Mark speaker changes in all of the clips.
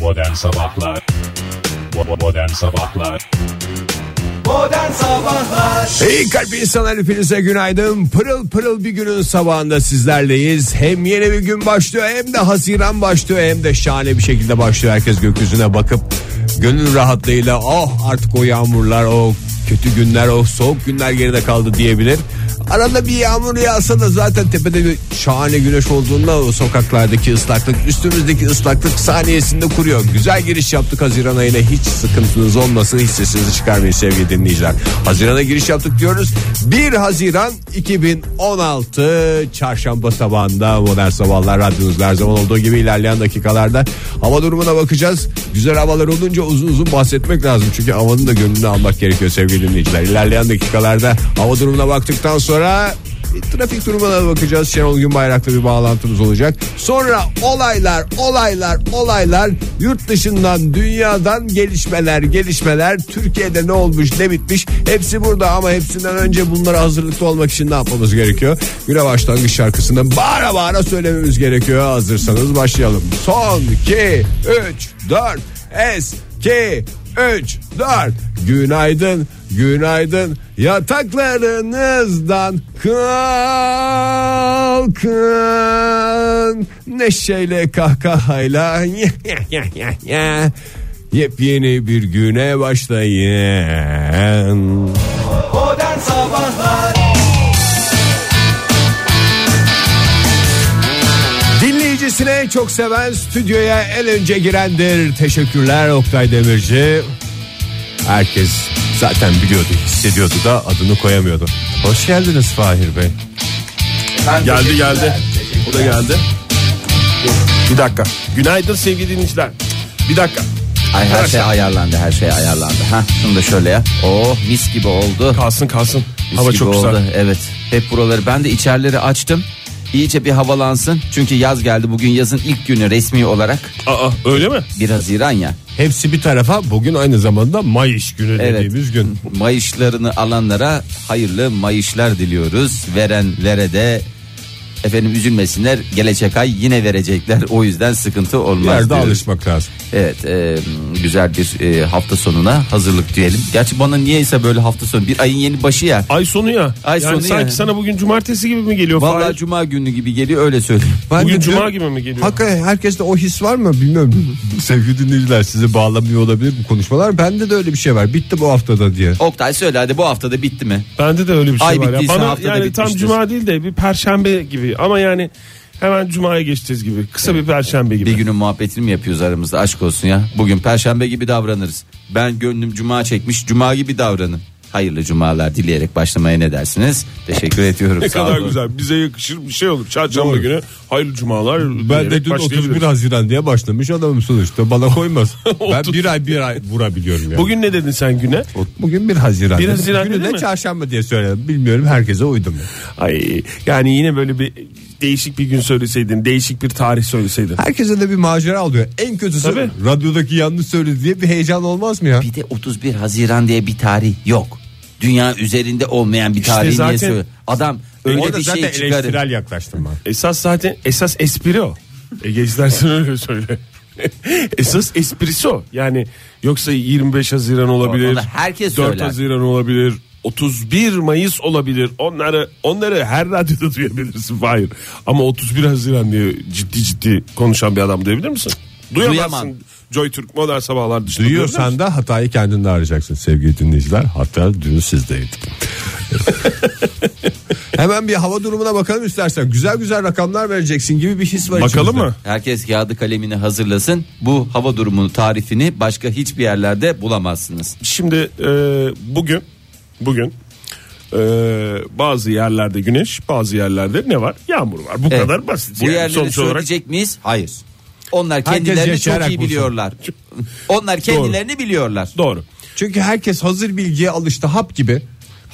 Speaker 1: Modern Sabahlar Bo- Modern Sabahlar
Speaker 2: Modern Sabahlar
Speaker 3: İyi kalp insanlar hepinize günaydın. Pırıl pırıl bir günün sabahında sizlerleyiz. Hem yeni bir gün başlıyor hem de Haziran başlıyor hem de şahane bir şekilde başlıyor. Herkes gökyüzüne bakıp gönül rahatlığıyla oh artık o yağmurlar o kötü günler o soğuk günler geride kaldı diyebilir. Arada bir yağmur yağsa da zaten tepede bir şahane güneş olduğunda o sokaklardaki ıslaklık üstümüzdeki ıslaklık saniyesinde kuruyor. Güzel giriş yaptık Haziran ayına hiç sıkıntınız olmasın hiç sesinizi çıkarmayın sevgili dinleyiciler. Haziran'a giriş yaptık diyoruz. 1 Haziran 2016 çarşamba sabahında modern sabahlar radyonuzda her zaman olduğu gibi ilerleyen dakikalarda hava durumuna bakacağız. Güzel havalar olunca uzun uzun bahsetmek lazım çünkü havanın da gönlünü almak gerekiyor sevgili dinleyiciler. İlerleyen dakikalarda hava durumuna baktıktan sonra bir trafik durumuna da bakacağız. Şenol Günbayrak'la bir bağlantımız olacak. Sonra olaylar, olaylar, olaylar yurt dışından, dünyadan gelişmeler, gelişmeler. Türkiye'de ne olmuş, ne bitmiş hepsi burada ama hepsinden önce bunlara hazırlıklı olmak için ne yapmamız gerekiyor? Güne başlangıç şarkısını bağıra bağıra söylememiz gerekiyor. Hazırsanız başlayalım. Son 2, 3, 4, es, 2, 3, 4. Günaydın, günaydın. Yataklarınızdan kalkın. Neşeyle kahkahayla. Yepyeni bir güne başlayın.
Speaker 2: Modern Sabahlar
Speaker 3: Dinleyicisine çok seven stüdyoya el önce girendir. Teşekkürler Oktay Demirci. Herkes zaten biliyordu, hissediyordu da adını koyamıyordu. Hoş geldiniz Fahir Bey.
Speaker 2: Ben
Speaker 4: Geldi
Speaker 2: teşekkürler.
Speaker 4: geldi. O da geldi. Bir dakika. Günaydın sevgili dinleyiciler. Bir dakika.
Speaker 5: Ay her şey
Speaker 4: Arkadaşlar.
Speaker 5: ayarlandı her şey ayarlandı. Ha şunu da şöyle ya. Oo mis gibi oldu.
Speaker 4: Kalsın kalsın.
Speaker 5: Mis
Speaker 4: Hava
Speaker 5: gibi
Speaker 4: çok güzel.
Speaker 5: oldu. Evet. Hep buraları ben de içerileri açtım. İyice bir havalansın. Çünkü yaz geldi. Bugün yazın ilk günü resmi olarak
Speaker 4: Aa öyle mi?
Speaker 5: 1 Haziran ya.
Speaker 3: Hepsi bir tarafa bugün aynı zamanda Mayıs günü
Speaker 5: Evet.
Speaker 3: dediğimiz gün.
Speaker 5: Mayışlarını alanlara hayırlı mayışlar diliyoruz. Verenlere de efendim üzülmesinler. Gelecek ay yine verecekler. O yüzden sıkıntı
Speaker 3: Bir
Speaker 5: olmaz.
Speaker 3: yerde
Speaker 5: diyoruz.
Speaker 3: alışmak lazım.
Speaker 5: Evet e, güzel bir e, hafta sonuna hazırlık diyelim. Gerçi bana niyeyse böyle hafta sonu bir ayın yeni başı ya.
Speaker 4: Ay sonu ya.
Speaker 5: Ay
Speaker 4: yani
Speaker 5: sonu
Speaker 4: sanki
Speaker 5: ya.
Speaker 4: sana bugün cumartesi gibi mi geliyor?
Speaker 5: Vallahi
Speaker 4: Fahir?
Speaker 5: cuma günü gibi geliyor öyle söyleyeyim.
Speaker 3: Ben
Speaker 4: Bugün
Speaker 3: de
Speaker 4: cuma
Speaker 3: dün-
Speaker 4: gibi mi geliyor?
Speaker 3: Hakikaten herkeste o his var mı bilmiyorum. Sevgili dinleyiciler sizi bağlamıyor olabilir bu konuşmalar. Bende de öyle bir şey var. Bitti bu haftada diye.
Speaker 5: Oktay söyle hadi bu haftada bitti mi?
Speaker 4: Bende de öyle bir şey
Speaker 5: Ay
Speaker 4: var. Ya.
Speaker 5: bittiyse
Speaker 4: Bana
Speaker 5: haftada
Speaker 4: yani tam
Speaker 5: bitmiştir.
Speaker 4: cuma değil de bir perşembe gibi ama yani hemen cumaya geçeceğiz gibi. Kısa bir perşembe gibi.
Speaker 5: Bir günün muhabbetini mi yapıyoruz aramızda aşk olsun ya. Bugün perşembe gibi davranırız. Ben gönlüm cuma çekmiş cuma gibi davranın. Hayırlı cumalar dileyerek başlamaya ne dersiniz? Teşekkür ediyorum.
Speaker 4: ne
Speaker 5: sağ
Speaker 4: kadar
Speaker 5: olun.
Speaker 4: güzel. Bize yakışır bir şey olur. Çarşamba
Speaker 3: Doğru.
Speaker 4: günü hayırlı cumalar.
Speaker 3: Ben de
Speaker 4: diyerek
Speaker 3: dün
Speaker 4: başlayabiliriz.
Speaker 3: 31 Haziran diye başlamış adamım sonuçta bana koymaz. ben
Speaker 4: Otuz-
Speaker 3: bir ay bir ay vurabiliyorum yani. Bugün,
Speaker 4: Bugün ne dedin sen güne?
Speaker 3: Bugün 1 Haziran.
Speaker 4: 1 Haziran
Speaker 3: Günü
Speaker 4: dedi
Speaker 3: de
Speaker 4: mi?
Speaker 3: çarşamba diye söyledim. Bilmiyorum herkese uydum.
Speaker 4: Ay yani yine böyle bir değişik bir gün söyleseydin, değişik bir tarih söyleseydin.
Speaker 3: Herkese de bir macera oluyor. En kötüsü
Speaker 4: Tabii.
Speaker 3: radyodaki yanlış söyledi diye bir heyecan olmaz mı ya?
Speaker 5: Bir de 31 Haziran diye bir tarih yok. Dünya üzerinde olmayan bir tarih
Speaker 4: zaten-
Speaker 5: niye söylüyor? Adam öyle
Speaker 3: Orada
Speaker 5: bir şey
Speaker 3: zaten
Speaker 5: çıkarır.
Speaker 3: eleştirel yaklaştım ben.
Speaker 4: Esas zaten esas espri o. Ege istersen öyle söyle. esas esprisi o. Yani yoksa 25 Haziran olabilir.
Speaker 5: Orada herkes
Speaker 4: 4
Speaker 5: söyler.
Speaker 4: Haziran olabilir. 31 Mayıs olabilir. Onları onları her radyoda duyabilirsin. Hayır. Ama 31 Haziran diye ciddi ciddi konuşan bir adam duyabilir misin?
Speaker 5: Duyamam.
Speaker 4: Duyamazsın. Joy Türk modern sabahlar dışında. duyabilir misin?
Speaker 3: Duyuyorsan da hatayı kendinde arayacaksın sevgili dinleyiciler. Hatta dün sizdeydi. Hemen bir hava durumuna bakalım istersen. Güzel güzel rakamlar vereceksin gibi bir his var
Speaker 4: Bakalım
Speaker 3: içimizde.
Speaker 4: mı?
Speaker 5: Herkes kağıdı kalemini hazırlasın. Bu hava durumu tarifini başka hiçbir yerlerde bulamazsınız.
Speaker 4: Şimdi e, bugün bugün e, bazı yerlerde güneş, bazı yerlerde ne var? Yağmur var. Bu
Speaker 5: Evet.
Speaker 4: kadar basit.
Speaker 5: Bu
Speaker 4: yani
Speaker 5: yerleri
Speaker 4: sonuç olarak
Speaker 5: söyleyecek miyiz? Hayır. Onlar
Speaker 3: Herkes
Speaker 5: kendilerini çok
Speaker 3: yaşayarak
Speaker 5: iyi
Speaker 3: bulsun.
Speaker 5: biliyorlar. Onlar kendilerini biliyorlar.
Speaker 4: doğru.
Speaker 3: Çünkü herkes hazır bilgiye alıştı hap gibi.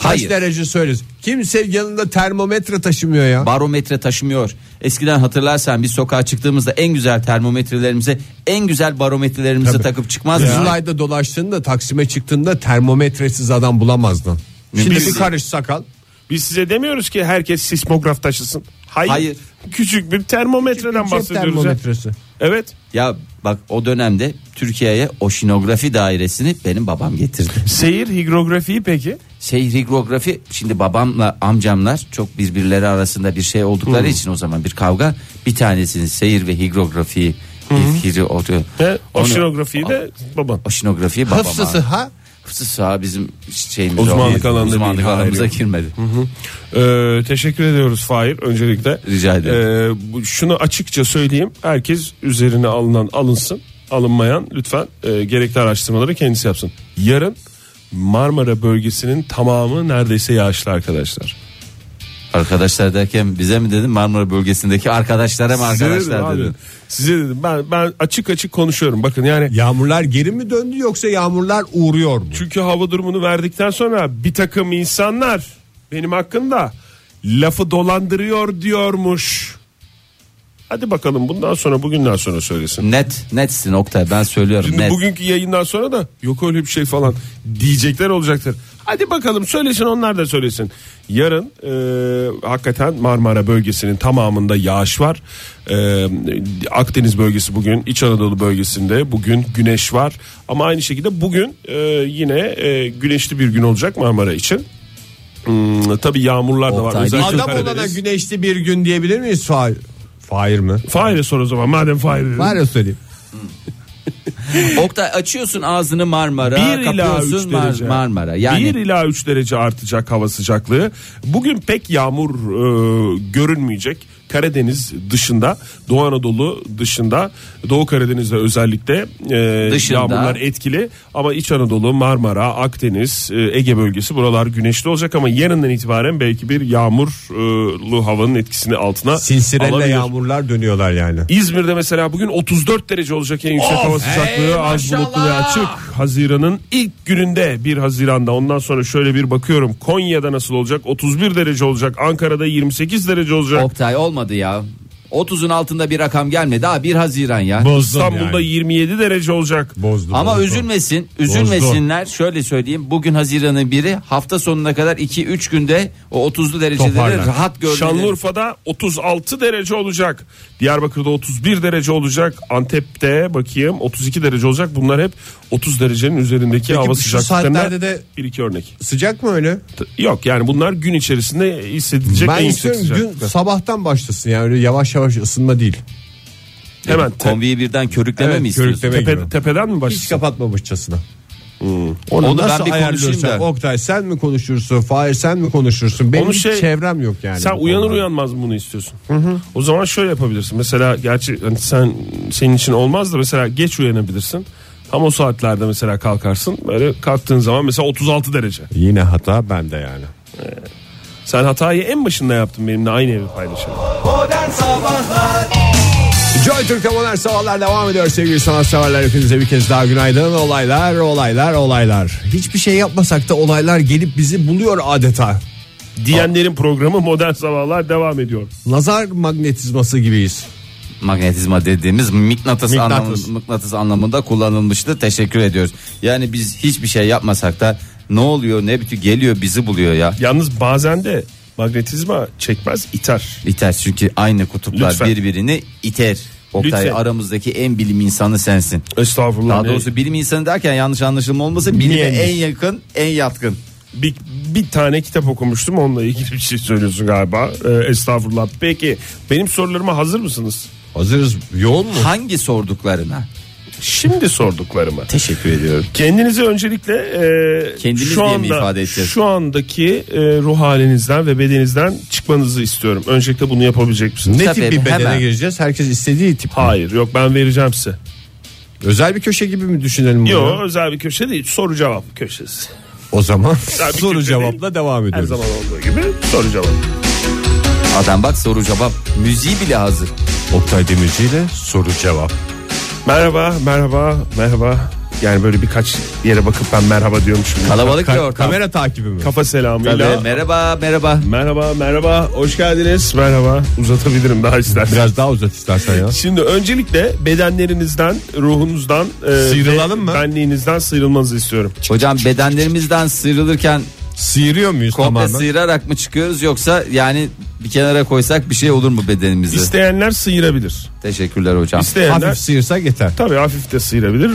Speaker 3: Kaç
Speaker 5: Hayır.
Speaker 3: derece söyleriz. Kimse yanında termometre taşımıyor ya.
Speaker 5: Barometre taşımıyor. Eskiden hatırlarsan biz sokağa çıktığımızda en güzel termometrelerimize, en güzel barometrelerimize
Speaker 3: Tabii.
Speaker 5: takıp çıkmaz mıyız?
Speaker 3: Zulay'da dolaştığında Taksim'e çıktığında termometresiz adam bulamazdın. Şimdi
Speaker 5: Mümkün
Speaker 3: bir
Speaker 5: değil.
Speaker 3: karış sakal.
Speaker 4: Biz size demiyoruz ki herkes sismograf taşısın. Hayır.
Speaker 5: Hayır.
Speaker 4: Küçük bir termometreden
Speaker 3: Cep
Speaker 4: bahsediyoruz. ya.
Speaker 3: termometresi.
Speaker 4: Evet.
Speaker 5: Ya bak o dönemde Türkiye'ye oşinografi dairesini benim babam getirdi.
Speaker 4: Seyir higrografiyi peki?
Speaker 5: Şey higrografi şimdi babamla amcamlar çok birbirleri arasında bir şey oldukları
Speaker 4: Hmm.
Speaker 5: için o zaman bir kavga. Bir tanesinin seyir ve higrografi ilgili oluyor.
Speaker 4: Ve
Speaker 5: Onu-
Speaker 4: oşinografiyi de baban.
Speaker 5: Oşinografiyi babam
Speaker 6: Hıfzısı
Speaker 5: aldı.
Speaker 6: ha?
Speaker 5: Hıfzı saha bizim şeyimiz
Speaker 4: Uzmanlık
Speaker 5: o-
Speaker 4: alanında değil,
Speaker 5: uzmanlık
Speaker 4: hayır,
Speaker 5: alanımıza
Speaker 4: yok.
Speaker 5: girmedi.
Speaker 4: Ee, teşekkür ediyoruz Fahir öncelikle.
Speaker 5: Rica ederim.
Speaker 4: Ee, bu- şunu açıkça söyleyeyim. Herkes üzerine alınan alınsın. Alınmayan lütfen e, gerekli araştırmaları kendisi yapsın. Yarın Marmara bölgesinin tamamı neredeyse yağışlı arkadaşlar.
Speaker 5: Arkadaşlar derken bize mi dedin Marmara bölgesindeki arkadaşlara mı
Speaker 4: Size dedim
Speaker 5: arkadaşlar
Speaker 4: abi,
Speaker 5: dedin?
Speaker 4: Size dedim ben ben açık açık konuşuyorum. Bakın yani
Speaker 6: Yağmurlar geri mi döndü yoksa yağmurlar uğruyor mu?
Speaker 4: Çünkü hava durumunu verdikten sonra bir takım insanlar benim hakkında lafı dolandırıyor diyormuş. Hadi bakalım bundan sonra bugünden sonra söylesin.
Speaker 5: Net netsin Oktay ben söylüyorum
Speaker 4: Şimdi
Speaker 5: net.
Speaker 4: bugünkü yayından sonra da yok öyle bir şey falan diyecekler olacaktır. Hadi bakalım söylesin onlar da söylesin. Yarın e, hakikaten Marmara bölgesinin tamamında yağış var. E, Akdeniz bölgesi bugün, İç Anadolu bölgesinde bugün güneş var. Ama aynı şekilde bugün e, yine e, güneşli bir gün olacak Marmara için. Hmm, tabii yağmurlar da var.
Speaker 5: Oktay,
Speaker 4: Özellikle
Speaker 6: Adam olana
Speaker 4: Karadeniz.
Speaker 6: güneşli bir gün diyebilir miyiz Fahir? Fahir mi?
Speaker 4: Fahir'e sor o zaman madem Fahir'e.
Speaker 6: Var ya söyleyeyim.
Speaker 5: Oktay açıyorsun ağzını Marmara,
Speaker 4: 1 ila 3
Speaker 5: kapıyorsun Mar-
Speaker 4: derece.
Speaker 5: Marmara.
Speaker 4: 1
Speaker 5: Yani
Speaker 4: ila 3 derece artacak hava sıcaklığı. Bugün pek yağmur e, görünmeyecek. Karadeniz dışında, Doğu Anadolu dışında, Doğu Karadeniz'de özellikle e,
Speaker 5: Dışında.
Speaker 4: yağmurlar etkili. Ama İç Anadolu, Marmara, Akdeniz, e, Ege bölgesi buralar güneşli olacak ama yarından itibaren belki bir yağmurlu havanın etkisini altına
Speaker 6: Sinsirelle
Speaker 4: alabilir.
Speaker 6: yağmurlar dönüyorlar yani.
Speaker 4: İzmir'de mesela bugün 34 derece olacak en yüksek hava sıcaklığı az bulutlu ve açık. Haziran'ın ilk gününde 1 Haziran'da ondan sonra şöyle bir bakıyorum Konya'da nasıl olacak 31 derece olacak Ankara'da 28 derece olacak
Speaker 5: Oktay olmadı ya. 30'un altında bir rakam gelmedi. Daha 1 Haziran ya.
Speaker 6: Bozdun
Speaker 4: İstanbul'da 27 derece olacak.
Speaker 6: Bozdun.
Speaker 5: Ama
Speaker 6: bozdun.
Speaker 5: üzülmesin, üzülmesinler. Şöyle söyleyeyim. Bugün Haziran'ın biri hafta sonuna kadar 2-3 günde o 30'lu dereceleri
Speaker 6: Toparlar.
Speaker 5: rahat gördüler.
Speaker 4: Şanlıurfa'da 36 derece olacak. Diyarbakır'da 31 derece olacak. Antep'te bakayım 32 derece olacak. Bunlar hep 30 derecenin üzerindeki
Speaker 6: Peki
Speaker 4: hava
Speaker 6: şu
Speaker 4: sıcaklıklarına
Speaker 6: saatlerde de-
Speaker 4: bir iki örnek.
Speaker 6: Sıcak mı öyle?
Speaker 4: T- Yok yani bunlar gün içerisinde hissedilecek
Speaker 6: ben
Speaker 4: en yüksek
Speaker 6: istiyorum
Speaker 4: sıcaklıklar.
Speaker 6: gün sabahtan başlasın yani öyle yavaş yavaş ısınma değil.
Speaker 4: Hemen te-
Speaker 5: Kombiyi birden körükleme
Speaker 6: Evet,
Speaker 5: mi istiyorsun?
Speaker 6: körükleme.
Speaker 4: Tepe-
Speaker 6: gibi.
Speaker 4: tepeden mi
Speaker 6: Hiç
Speaker 4: başlasın?
Speaker 6: kapatmamışçasına.
Speaker 5: Onu, ben
Speaker 6: Nasıl
Speaker 5: bir konuşayım
Speaker 6: ayarlıyorsan,
Speaker 5: da.
Speaker 6: Oktay sen mi konuşursun? Fahir sen mi konuşursun? Benim
Speaker 4: Onu
Speaker 6: hiç
Speaker 4: şey-
Speaker 6: çevrem yok yani.
Speaker 4: Sen
Speaker 6: bu
Speaker 4: uyanır
Speaker 6: konuda.
Speaker 4: uyanmaz mı bunu istiyorsun? O zaman şöyle yapabilirsin. Mesela gerçi hani sen senin için olmaz da mesela geç uyanabilirsin. Tam o saatlerde mesela kalkarsın. Böyle kalktığın zaman mesela 36 derece.
Speaker 6: Yine hata bende yani.
Speaker 4: Sen hatayı en başında yaptın benimle aynı evi paylaşalım.
Speaker 2: Modern Sabahlar
Speaker 6: Joy Türk'te modern sabahlar devam ediyor sevgili sanatseverler. Hepinize bir kez daha günaydın. Olaylar, olaylar, olaylar. Hiçbir şey yapmasak da olaylar gelip bizi buluyor adeta.
Speaker 4: Diyenlerin programı Modern Sabahlar devam ediyor.
Speaker 6: Nazar magnetizması gibiyiz.
Speaker 5: Magnetizma dediğimiz mıknatıs,
Speaker 6: Mıknatıs.
Speaker 5: anlamı- mıknatıs anlamında kullanılmıştı. Teşekkür ediyoruz. Yani biz hiçbir şey yapmasak da ne oluyor ne bitiyor geliyor bizi buluyor ya.
Speaker 4: Yalnız bazen de magnetizma çekmez iter.
Speaker 5: İter çünkü aynı kutuplar
Speaker 4: Lütfen.
Speaker 5: birbirini iter. Oktay
Speaker 4: Lütfen.
Speaker 5: aramızdaki en bilim insanı sensin.
Speaker 4: Estağfurullah.
Speaker 5: Daha doğrusu bilim insanı derken yanlış anlaşılma olmasın. Bilime
Speaker 4: Bileyendir.
Speaker 5: en yakın, en yatkın.
Speaker 4: bir, bir tane kitap okumuştum onunla ilgili bir şey söylüyorsun galiba. Ee, estağfurullah. Peki benim sorularıma hazır mısınız?
Speaker 6: Hazırız. Yoğun mu?
Speaker 5: Hangi sorduklarına?
Speaker 4: Şimdi sorduklarımı.
Speaker 5: Teşekkür ediyorum.
Speaker 4: Kendinizi öncelikle e,
Speaker 5: Kendiniz
Speaker 4: şu
Speaker 5: diye
Speaker 4: anda
Speaker 5: mi ifade edeceğiz?
Speaker 4: şu andaki e, ruh halinizden ve bedeninizden çıkmanızı istiyorum. Öncelikle bunu yapabilecek misiniz?
Speaker 6: Ne
Speaker 5: Tabii,
Speaker 6: tip bir bedene
Speaker 5: hemen.
Speaker 6: gireceğiz? Herkes istediği tip.
Speaker 4: Hayır, yok ben vereceğim size.
Speaker 6: Özel bir köşe gibi mi düşünelim bunu?
Speaker 4: Yok, özel bir köşe değil, soru cevap köşesi.
Speaker 6: O zaman
Speaker 4: Özel bir
Speaker 6: soru
Speaker 4: köşe
Speaker 6: cevapla
Speaker 4: değil.
Speaker 6: devam
Speaker 4: Her
Speaker 6: ediyoruz.
Speaker 4: zaman olduğu gibi soru cevap.
Speaker 5: Adam bak soru cevap. Müziği bile hazır.
Speaker 6: Oktay Demirci ile soru cevap.
Speaker 4: Merhaba, merhaba, merhaba. Yani böyle birkaç yere bakıp ben merhaba diyormuşum.
Speaker 5: Kalabalık bir ortam.
Speaker 6: Kamera takibi mi?
Speaker 4: Kafa
Speaker 5: Tabii,
Speaker 4: selamıyla.
Speaker 5: merhaba merhaba.
Speaker 4: Merhaba merhaba hoş geldiniz merhaba uzatabilirim daha istersen.
Speaker 6: Biraz daha uzat istersen ya.
Speaker 4: Şimdi öncelikle bedenlerinizden ruhunuzdan e,
Speaker 6: Sıyrılalım
Speaker 4: ve
Speaker 6: mı?
Speaker 4: Benliğinizden sıyrılmanızı istiyorum.
Speaker 5: Hocam bedenlerimizden sıyrılırken
Speaker 6: Sıyırıyor muyuz
Speaker 5: komple
Speaker 6: tamamen?
Speaker 5: sıyırarak mı çıkıyoruz yoksa yani bir kenara koysak bir şey olur mu bedenimizi?
Speaker 4: İsteyenler sıyırabilir.
Speaker 5: Teşekkürler hocam.
Speaker 4: İsteyenler
Speaker 3: Hafif sıyırsak yeter.
Speaker 4: tabii hafif de sıyırabilir.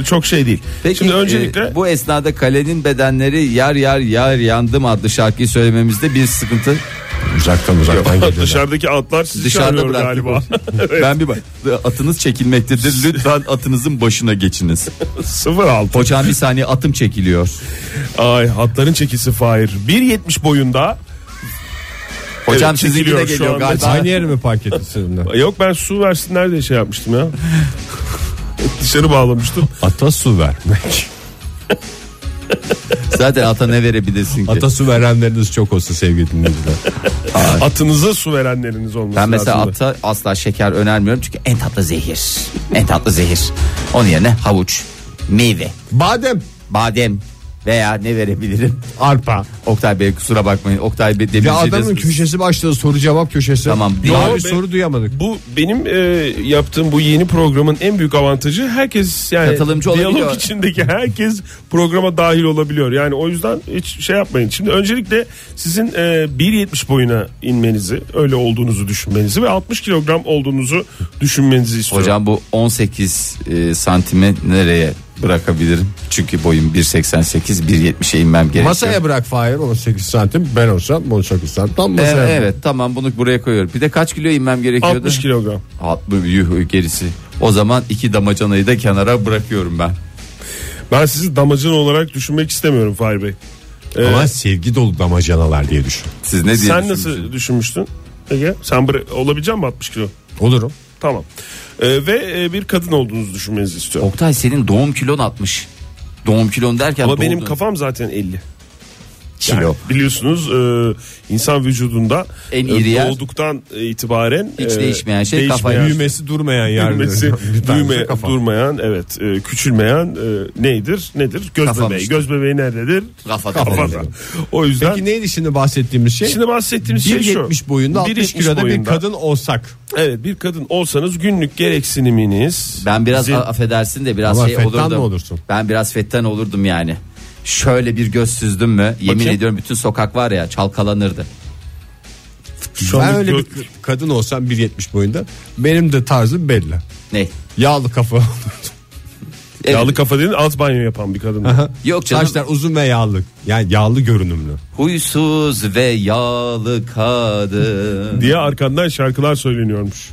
Speaker 4: Ee, çok şey değil.
Speaker 5: Peki
Speaker 4: Şimdi
Speaker 5: e,
Speaker 4: öncelikle
Speaker 5: bu esnada kalenin bedenleri yar yar yar yandım adlı şarkıyı söylememizde bir sıkıntı.
Speaker 3: Uzaktan uzaktan geliyorlar.
Speaker 4: dışarıdaki atlar sizi
Speaker 5: Dışarıda
Speaker 4: çağırıyor
Speaker 5: bıraktık.
Speaker 4: galiba. evet.
Speaker 5: Ben bir bak atınız çekilmektedir lütfen atınızın başına geçiniz.
Speaker 4: 06.
Speaker 5: Hocam bir saniye atım çekiliyor.
Speaker 4: Ay hatların çekisi Fahir. 1.70 boyunda.
Speaker 5: Hocam
Speaker 4: Evet,
Speaker 5: sizinki de
Speaker 4: çekiliyor şu
Speaker 5: geliyor
Speaker 4: anda.
Speaker 5: galiba.
Speaker 3: Aynı yere mi park ettin?
Speaker 4: Yok ben su versinler diye şey yapmıştım ya. Dışarı bağlamıştım.
Speaker 3: Ata su vermek.
Speaker 5: Zaten ata ne verebilirsin ki?
Speaker 3: Ata su verenleriniz çok olsun sevgili dinleyiciler.
Speaker 4: Atınıza su verenleriniz olması
Speaker 5: Ben mesela
Speaker 4: lazımdı.
Speaker 5: ata asla şeker önermiyorum çünkü en tatlı zehir. En tatlı zehir. Onun yerine havuç, meyve,
Speaker 3: Badem,
Speaker 5: badem veya ne verebilirim?
Speaker 3: arpa.
Speaker 5: Oktay Bey kusura bakmayın. Oktay Bey demin
Speaker 3: Ya
Speaker 5: dediniz
Speaker 3: adamın
Speaker 5: biz.
Speaker 3: köşesi başladı soru cevap köşesi.
Speaker 5: Tamam.
Speaker 3: Daha
Speaker 4: Yo,
Speaker 3: bir
Speaker 4: be-
Speaker 3: soru duyamadık.
Speaker 4: Bu benim e, yaptığım bu yeni programın en büyük avantajı herkes yani
Speaker 5: Katılımcı
Speaker 4: diyalog
Speaker 5: olabiliyor.
Speaker 4: içindeki herkes programa dahil olabiliyor. Yani o yüzden hiç şey yapmayın. Şimdi öncelikle sizin e, 1.70 boyuna inmenizi, öyle olduğunuzu düşünmenizi ve 60 kilogram olduğunuzu düşünmenizi istiyorum.
Speaker 5: Hocam bu 18 e, santime nereye bırakabilirim? Çünkü boyum 1.88 1.70'e inmem gerekiyor.
Speaker 3: Masaya bırak Fahir 18 santim ben olsam 18 santim tam
Speaker 5: Evet,
Speaker 3: masaya bırak.
Speaker 5: evet tamam bunu buraya koyuyorum. Bir de kaç kilo inmem gerekiyordu?
Speaker 4: 60 kilogram.
Speaker 5: 60 yuh gerisi. O zaman iki damacanayı da kenara bırakıyorum ben.
Speaker 4: Ben sizi damacın olarak düşünmek istemiyorum Fahir Bey.
Speaker 3: Ama sevgi dolu damacanalar diye düşün.
Speaker 5: Siz ne diye
Speaker 4: Sen
Speaker 5: düşünüyorsunuz?
Speaker 4: nasıl düşünmüştün? Ege sen bıra- olabilecek misin 60 kilo?
Speaker 3: Olurum.
Speaker 4: Tamam. E, ve e, bir kadın olduğunuzu düşünmenizi istiyorum.
Speaker 5: Oktay senin doğum kilon 60. Doğum kilon derken
Speaker 4: Ama
Speaker 5: doğum-
Speaker 4: benim kafam zaten 50.
Speaker 5: kilo.
Speaker 4: Biliyorsunuz e, insan vücudunda
Speaker 5: En
Speaker 4: e,
Speaker 5: iri yer-
Speaker 4: doğduktan itibaren e,
Speaker 5: Hiç değişmeyen şey kafa.
Speaker 3: Büyümesi durmayan yerleri.
Speaker 4: büyümesi,
Speaker 3: Bir tanesi
Speaker 4: büyüme,
Speaker 3: kafa.
Speaker 4: durmayan evet e, küçülmeyen e, nedir nedir göz
Speaker 5: Kafam
Speaker 4: bebeği
Speaker 5: işte.
Speaker 4: göz bebeği nerededir
Speaker 5: Kafada.
Speaker 4: kafada o yüzden
Speaker 3: Peki neydi şimdi bahsettiğimiz şey?
Speaker 4: şimdi bahsettiğimiz şey şu
Speaker 3: 1.70 boyunda 60
Speaker 4: 1.70
Speaker 3: kiloda bir
Speaker 4: boyunda.
Speaker 3: kadın olsak.
Speaker 4: evet bir kadın olsanız günlük gereksiniminiz
Speaker 5: Ben biraz
Speaker 4: Zil-
Speaker 5: a- affedersin de biraz
Speaker 3: Ama
Speaker 5: şey
Speaker 3: fettan
Speaker 5: olurdum.
Speaker 3: mı olursun?
Speaker 5: Ben biraz fettan olurdum yani. Şöyle bir göz süzdüm mü yemin
Speaker 4: Bakayım.
Speaker 5: ediyorum bütün sokak var ya çalkalanırdı.
Speaker 4: Şu
Speaker 3: ben
Speaker 4: an
Speaker 3: öyle
Speaker 4: gö-
Speaker 3: bir kadın olsam 1.70 boyunda benim de tarzım belli.
Speaker 5: Ne?
Speaker 3: Yağlı kafa.
Speaker 5: Evet.
Speaker 4: yağlı kafa dedin alt banyo yapan bir kadın
Speaker 5: Yok canım.
Speaker 3: Saçlar uzun ve yağlı. Yani yağlı görünümlü.
Speaker 5: Huysuz ve yağlı kadın.
Speaker 4: diye arkandan şarkılar söyleniyormuş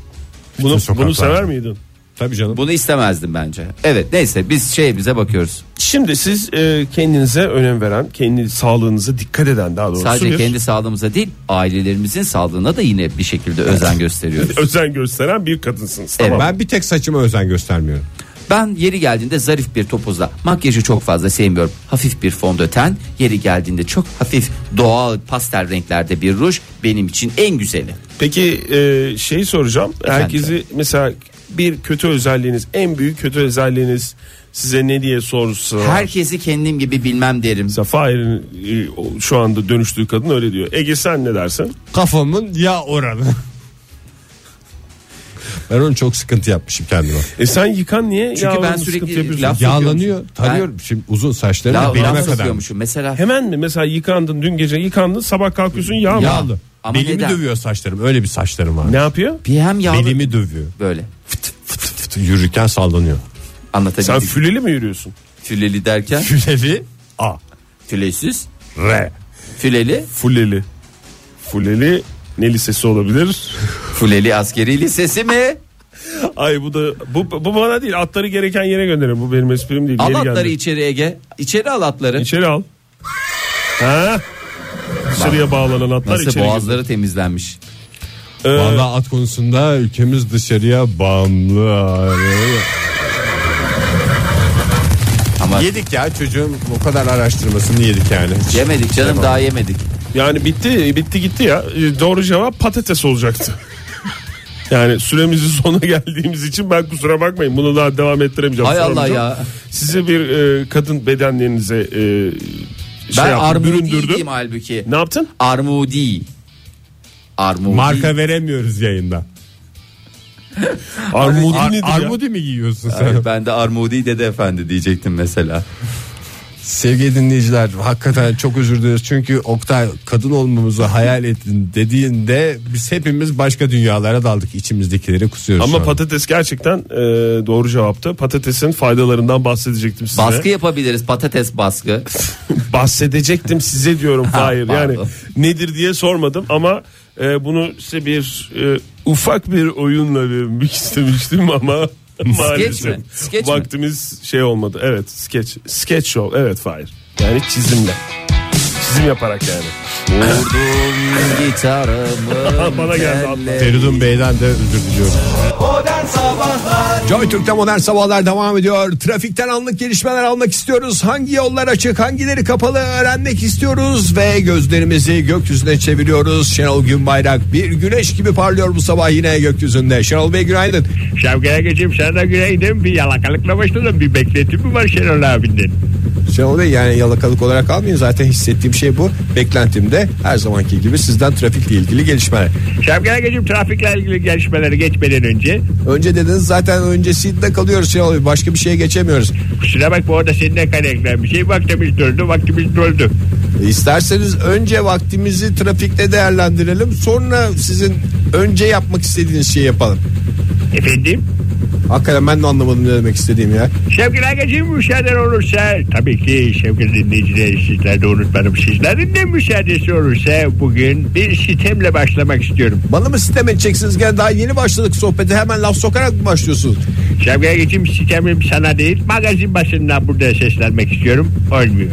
Speaker 4: bunu,
Speaker 3: sokaklarda.
Speaker 4: bunu sever miydin
Speaker 3: Tabii canım.
Speaker 5: Bunu istemezdim bence. Evet neyse biz şeyimize bakıyoruz.
Speaker 4: Şimdi siz e, kendinize önem veren, kendi sağlığınıza dikkat eden daha doğrusu
Speaker 5: Sadece
Speaker 4: bir
Speaker 5: kendi sağlığımıza değil ailelerimizin sağlığına da yine bir şekilde özen gösteriyoruz.
Speaker 4: özen gösteren bir kadınsınız.
Speaker 5: Evet.
Speaker 4: Tamam.
Speaker 3: Ben bir tek saçıma özen göstermiyorum.
Speaker 5: Ben yeri geldiğinde zarif bir topuzla makyajı çok fazla sevmiyorum. Hafif bir fondöten yeri geldiğinde çok hafif doğal pastel renklerde bir ruj benim için en güzeli.
Speaker 4: Peki e, şey soracağım. Herkesi mesela bir kötü özelliğiniz, en büyük kötü özelliğiniz size ne diye sorsa.
Speaker 5: Herkesi kendim gibi bilmem derim.
Speaker 4: Mesela Fahir'in e, o- şu anda dönüştüğü kadın öyle diyor. Ege sen ne dersin?
Speaker 3: Kafamın yağ oranı. ben onu çok sıkıntı yapmışım kendime.
Speaker 4: E sen yıkan niye?
Speaker 5: Çünkü
Speaker 4: Yavrum,
Speaker 5: ben
Speaker 4: sıkıntı
Speaker 5: sürekli
Speaker 4: yapıyorsun?
Speaker 5: laf-
Speaker 3: Yağlanıyor.
Speaker 5: Ben-
Speaker 3: Tarıyorum. Şimdi uzun saçlarım
Speaker 5: La,
Speaker 3: belime
Speaker 5: laf
Speaker 3: kadar.
Speaker 5: sokuyormuşum. Mesela
Speaker 4: Hemen mi? Mesela yıkandın dün gece yıkandın sabah kalkıyorsun yağ mı?
Speaker 5: Ya.
Speaker 3: Yağlı.
Speaker 5: Ama
Speaker 3: belimi
Speaker 5: neden?
Speaker 3: dövüyor saçlarım. Öyle bir saçlarım var.
Speaker 4: Ne yapıyor?
Speaker 5: bir hem yağlı
Speaker 3: Belimi dövüyor.
Speaker 5: böyle
Speaker 3: Fıt fıt fıt yürürken sallanıyor.
Speaker 4: Sen
Speaker 5: anlatabildim.
Speaker 4: füleli mi yürüyorsun?
Speaker 5: Füleli derken
Speaker 3: Külevi A.
Speaker 5: fülesiz.
Speaker 3: R.
Speaker 5: Füleli
Speaker 4: Fuleli. Fuleli ne lisesi olabilir?
Speaker 5: Fuleli askeri lisesi mi?
Speaker 4: Ay bu da bu, bu bana değil atları gereken yere gönderin. Bu benim esprim değil.
Speaker 5: Al
Speaker 4: Geri
Speaker 5: atları
Speaker 4: geldi.
Speaker 5: içeri Ege. İçeri al atları.
Speaker 4: İçeri al. ha? Dışarıya bağlanan atlar
Speaker 5: Nasıl
Speaker 4: içeri.
Speaker 5: boğazları temizlenmiş.
Speaker 4: Ee,
Speaker 3: Vallahi at konusunda ülkemiz dışarıya bağımlı.
Speaker 5: Ama
Speaker 3: yedik ya çocuğun o kadar araştırmasını yedik yani.
Speaker 5: yemedik canım daha yemedik.
Speaker 4: yani bitti bitti gitti ya. Ee, Doğru cevap patates olacaktı. yani süremizin sonuna geldiğimiz için ben kusura bakmayın bunu daha devam ettiremeyeceğim.
Speaker 5: Hay Allah
Speaker 4: soramayacağım.
Speaker 5: ya.
Speaker 4: Size bir e, kadın bedenlerinize e, şey
Speaker 5: ben
Speaker 4: yaptım,
Speaker 5: armudi
Speaker 4: büründürdüm.
Speaker 5: diyeyim halbuki.
Speaker 4: Ne yaptın?
Speaker 5: Armudi. Armudi.
Speaker 3: Marka veremiyoruz yayında.
Speaker 4: Armudi
Speaker 3: Ar-
Speaker 4: nedir ya?
Speaker 3: armudi mi giyiyorsun sen?
Speaker 5: Hayır, ben de Armudi dede efendi diyecektim mesela.
Speaker 7: Sevgili dinleyiciler hakikaten çok özür dileriz. Çünkü Oktay kadın olmamızı hayal ettin dediğinde biz hepimiz başka dünyalara daldık. İçimizdekileri kusuyoruz. şu
Speaker 4: Ama
Speaker 7: an.
Speaker 4: patates gerçekten e, doğru cevaptı. Patatesin faydalarından bahsedecektim size.
Speaker 5: Baskı yapabiliriz patates baskı.
Speaker 4: bahsedecektim size diyorum Hayır yani
Speaker 5: pardon.
Speaker 4: nedir diye sormadım ama e, bunu size bir e, ufak bir oyunla vermek istemiştim ama maalesef
Speaker 5: mi? Skeç mi?
Speaker 4: vaktimiz şey olmadı. Evet skeç skeç show evet Fahir yani çizimle çizim yaparak yani.
Speaker 5: Vurdum gitarımı.
Speaker 4: Bana geldi atla.
Speaker 7: Feridun Bey'den de özür diliyorum.
Speaker 8: Modern Sabahlar
Speaker 3: Joy Türk'te modern sabahlar devam ediyor. Trafikten anlık gelişmeler almak istiyoruz. Hangi yollar açık, hangileri kapalı öğrenmek istiyoruz. Ve gözlerimizi gökyüzüne çeviriyoruz. Şenol Günbayrak bir güneş gibi parlıyor bu sabah yine gökyüzünde. Şenol Bey günaydın.
Speaker 9: Şevke'ye geçeyim sana da günaydın. Bir yalakalıkla başladım. Bir bekletim mi var Şenol abinden?
Speaker 3: Şenol Bey yani yalakalık olarak almayın. Zaten hissettiğim şey bu. Beklentim de her zamanki gibi sizden trafikle ilgili gelişmeler.
Speaker 9: Şevke'ye geçeyim trafikle ilgili gelişmeleri geçmeden önce.
Speaker 3: Önce dediniz zaten öncesinde kalıyoruz Şenol Bey. Başka bir şeye geçemiyoruz.
Speaker 9: Kusura bakma orada seninle kaynaklanan bir şey. Vaktimiz doldu vaktimiz doldu.
Speaker 3: E, İsterseniz önce vaktimizi trafikte değerlendirelim. Sonra sizin önce yapmak istediğiniz şeyi yapalım.
Speaker 9: Efendim?
Speaker 3: Hakikaten ben de anlamadım ne demek istediğim ya.
Speaker 9: Şevki'ye geçeyim müsaaden olursa. Tabii ki Şevki dinleyicileri sizler de unutmadım. Sizlerin de müsaadesi olursa bugün bir sistemle başlamak istiyorum.
Speaker 3: Bana mı sitem edeceksiniz? Gene daha yeni başladık sohbete hemen laf sokarak mı başlıyorsunuz?
Speaker 9: Şevki'ye geçeyim sistemim sana değil. Magazin başından burada seslenmek istiyorum. Olmuyor.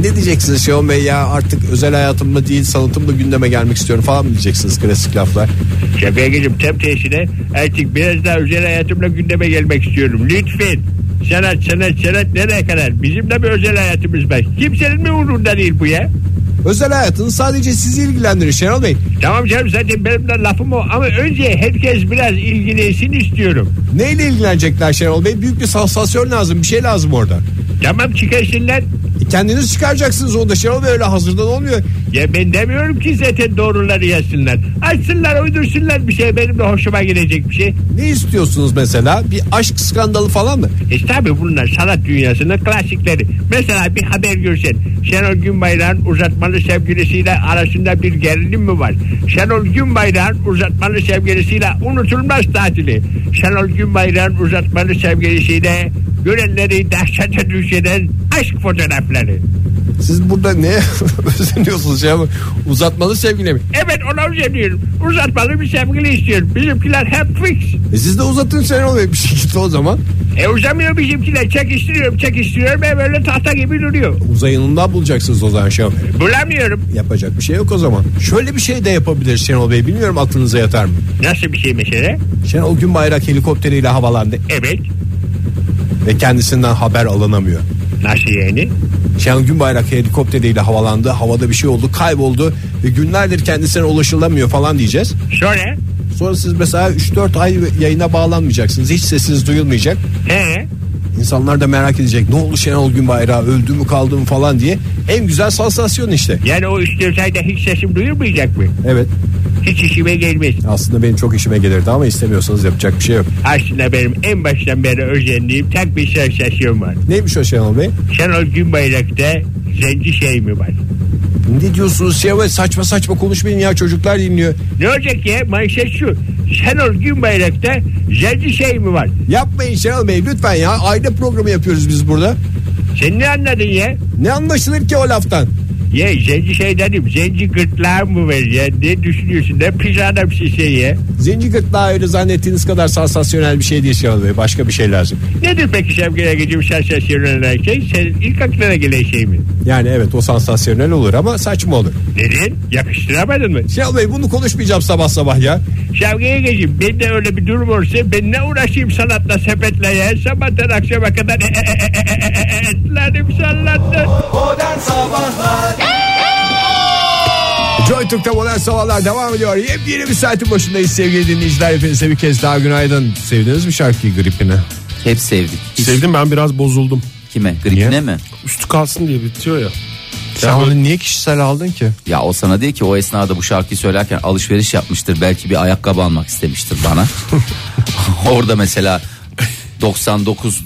Speaker 3: Ne diyeceksiniz Şenol Bey ya artık özel hayatımda değil sanatımda gündeme gelmek istiyorum falan mı diyeceksiniz klasik laflar?
Speaker 9: Şakaya gelip tem teşhine artık biraz daha özel hayatımla gündeme gelmek istiyorum. Lütfen. Sanat sanat sanat nereye kadar? Bizim de bir özel hayatımız var. Kimsenin mi umurunda değil bu ya?
Speaker 3: Özel hayatınız sadece sizi ilgilendirir Şenol Bey.
Speaker 9: Tamam canım zaten benim de lafım o ama önce herkes biraz ilgilensin istiyorum.
Speaker 3: Neyle ilgilenecekler Şenol Bey? Büyük bir sansasyon lazım bir şey lazım orada.
Speaker 9: Tamam çıkarsınlar.
Speaker 3: E, kendiniz çıkaracaksınız onu da Şenol Bey öyle hazırdan olmuyor.
Speaker 9: Ya ben demiyorum ki zaten doğruları yazsınlar. Açsınlar uydursunlar bir şey benim de hoşuma gidecek bir şey.
Speaker 3: Ne istiyorsunuz mesela? Bir aşk skandalı falan mı?
Speaker 9: E tabi bunlar sanat dünyasının klasikleri. Mesela bir haber görsen Şenol Günbayrak'ın uzatmalı sevgilisiyle arasında bir gerilim mi var? Şenol Günbayrak'ın uzatmalı sevgilisiyle unutulmaz tatili. Şenol Günbayrak'ın uzatmalı sevgilisiyle görenleri dehşete düşüren aşk fotoğrafları.
Speaker 3: Siz burada ne özeniyorsunuz ya? Uzatmalı sevgili mi?
Speaker 9: Evet ona özeniyorum. Uzatmalı bir sevgili istiyorum. Bizimkiler hep fix.
Speaker 3: E siz de uzatın Şenol Bey bir şekilde o zaman.
Speaker 9: E uzamıyor bizimkiler. Çekiştiriyorum çekiştiriyorum. E böyle tahta gibi duruyor.
Speaker 3: Uzayınından bulacaksınız o zaman Şenol Bey.
Speaker 9: Bulamıyorum.
Speaker 3: Yapacak bir şey yok o zaman. Şöyle bir şey de yapabilir Şenol Bey. Bilmiyorum aklınıza yatar mı?
Speaker 9: Nasıl bir şey mesela?
Speaker 3: Şenol Günbayrak helikopteriyle havalandı
Speaker 9: Evet.
Speaker 3: ve kendisinden haber alınamıyor.
Speaker 9: Nasıl yani?
Speaker 3: Şenol Günbayrak helikopteriyle havalandı. Havada bir şey oldu kayboldu ve günlerdir kendisine ulaşılamıyor falan diyeceğiz.
Speaker 9: Sonra?
Speaker 3: Sonra siz mesela 3-4 ay yayına bağlanmayacaksınız. Hiç sesiniz duyulmayacak.
Speaker 9: He?
Speaker 3: İnsanlar da merak edecek. Ne oldu Şenol Günbayrak'a öldü mü kaldı mı falan diye. En güzel sansasyon işte.
Speaker 9: Yani o üç ayda hiç sesim duyulmayacak mı?
Speaker 3: Evet
Speaker 9: Hiç işime gelmez.
Speaker 3: aslında benim çok işime gelirdi ama istemiyorsanız yapacak bir şey yok.
Speaker 9: Aslında benim en baştan beri özendiğim tek bir sensasyon var.
Speaker 3: Neymiş o Şenol Bey?
Speaker 9: Şenol Günbayrak'ta zenci şey mi var?
Speaker 3: Ne diyorsunuz Şenol Bey? Saçma saçma konuşmayın ya çocuklar dinliyor.
Speaker 9: Ne olacak ya? Manşet şu. Şenol Günbayrak'ta zenci şey mi var?
Speaker 3: Yapmayın Şenol Bey lütfen ya. Aile programı yapıyoruz biz burada.
Speaker 9: Sen ne anladın ya?
Speaker 3: Ne anlaşılır ki o laftan?
Speaker 9: Ya zenci şey dedim. Zenci gırtlağı mı var ya? Ne düşünüyorsun? Ne pis adam şey ya?
Speaker 3: Zenci gırtlağı öyle zannettiğiniz kadar sansasyonel bir şey değil Şenol Bey. Başka bir şey lazım.
Speaker 9: Nedir peki Şevki'ye geçim sensasyon olan şey? Senin ilk aklına gelen şey mi?
Speaker 3: Yani evet o sansasyonel olur ama saçma olur.
Speaker 9: Neden? Yakıştıramadın mı?
Speaker 3: Şenol Bey bunu konuşmayacağım sabah sabah ya.
Speaker 9: Şevki'ye geçeyim. Ben de öyle bir durum olursa ben ne uğraşayım sanatla sepetle ya. Sabahtan akşama kadar e, etlerim sallandı.
Speaker 8: Modern Sabahlar
Speaker 3: Joy Türk'te modern sabahlar devam ediyor. Yepyeni bir saatin başındayız sevgili dinleyiciler. Hepinize bir kez daha günaydın. Sevdiniz mi şarkıyı gripini?
Speaker 5: Hep sevdik. Hiç-
Speaker 4: Sevdim Şey ben biraz bozuldum.
Speaker 5: Kime? Gripine mi?
Speaker 4: Üstü kalsın diye bitiyor ya.
Speaker 3: Sen onu niye kişisel aldın ki?
Speaker 5: Ya o sana değil ki o esnada bu şarkıyı söylerken alışveriş yapmıştır. Belki bir ayakkabı almak istemiştir bana. Orada mesela 99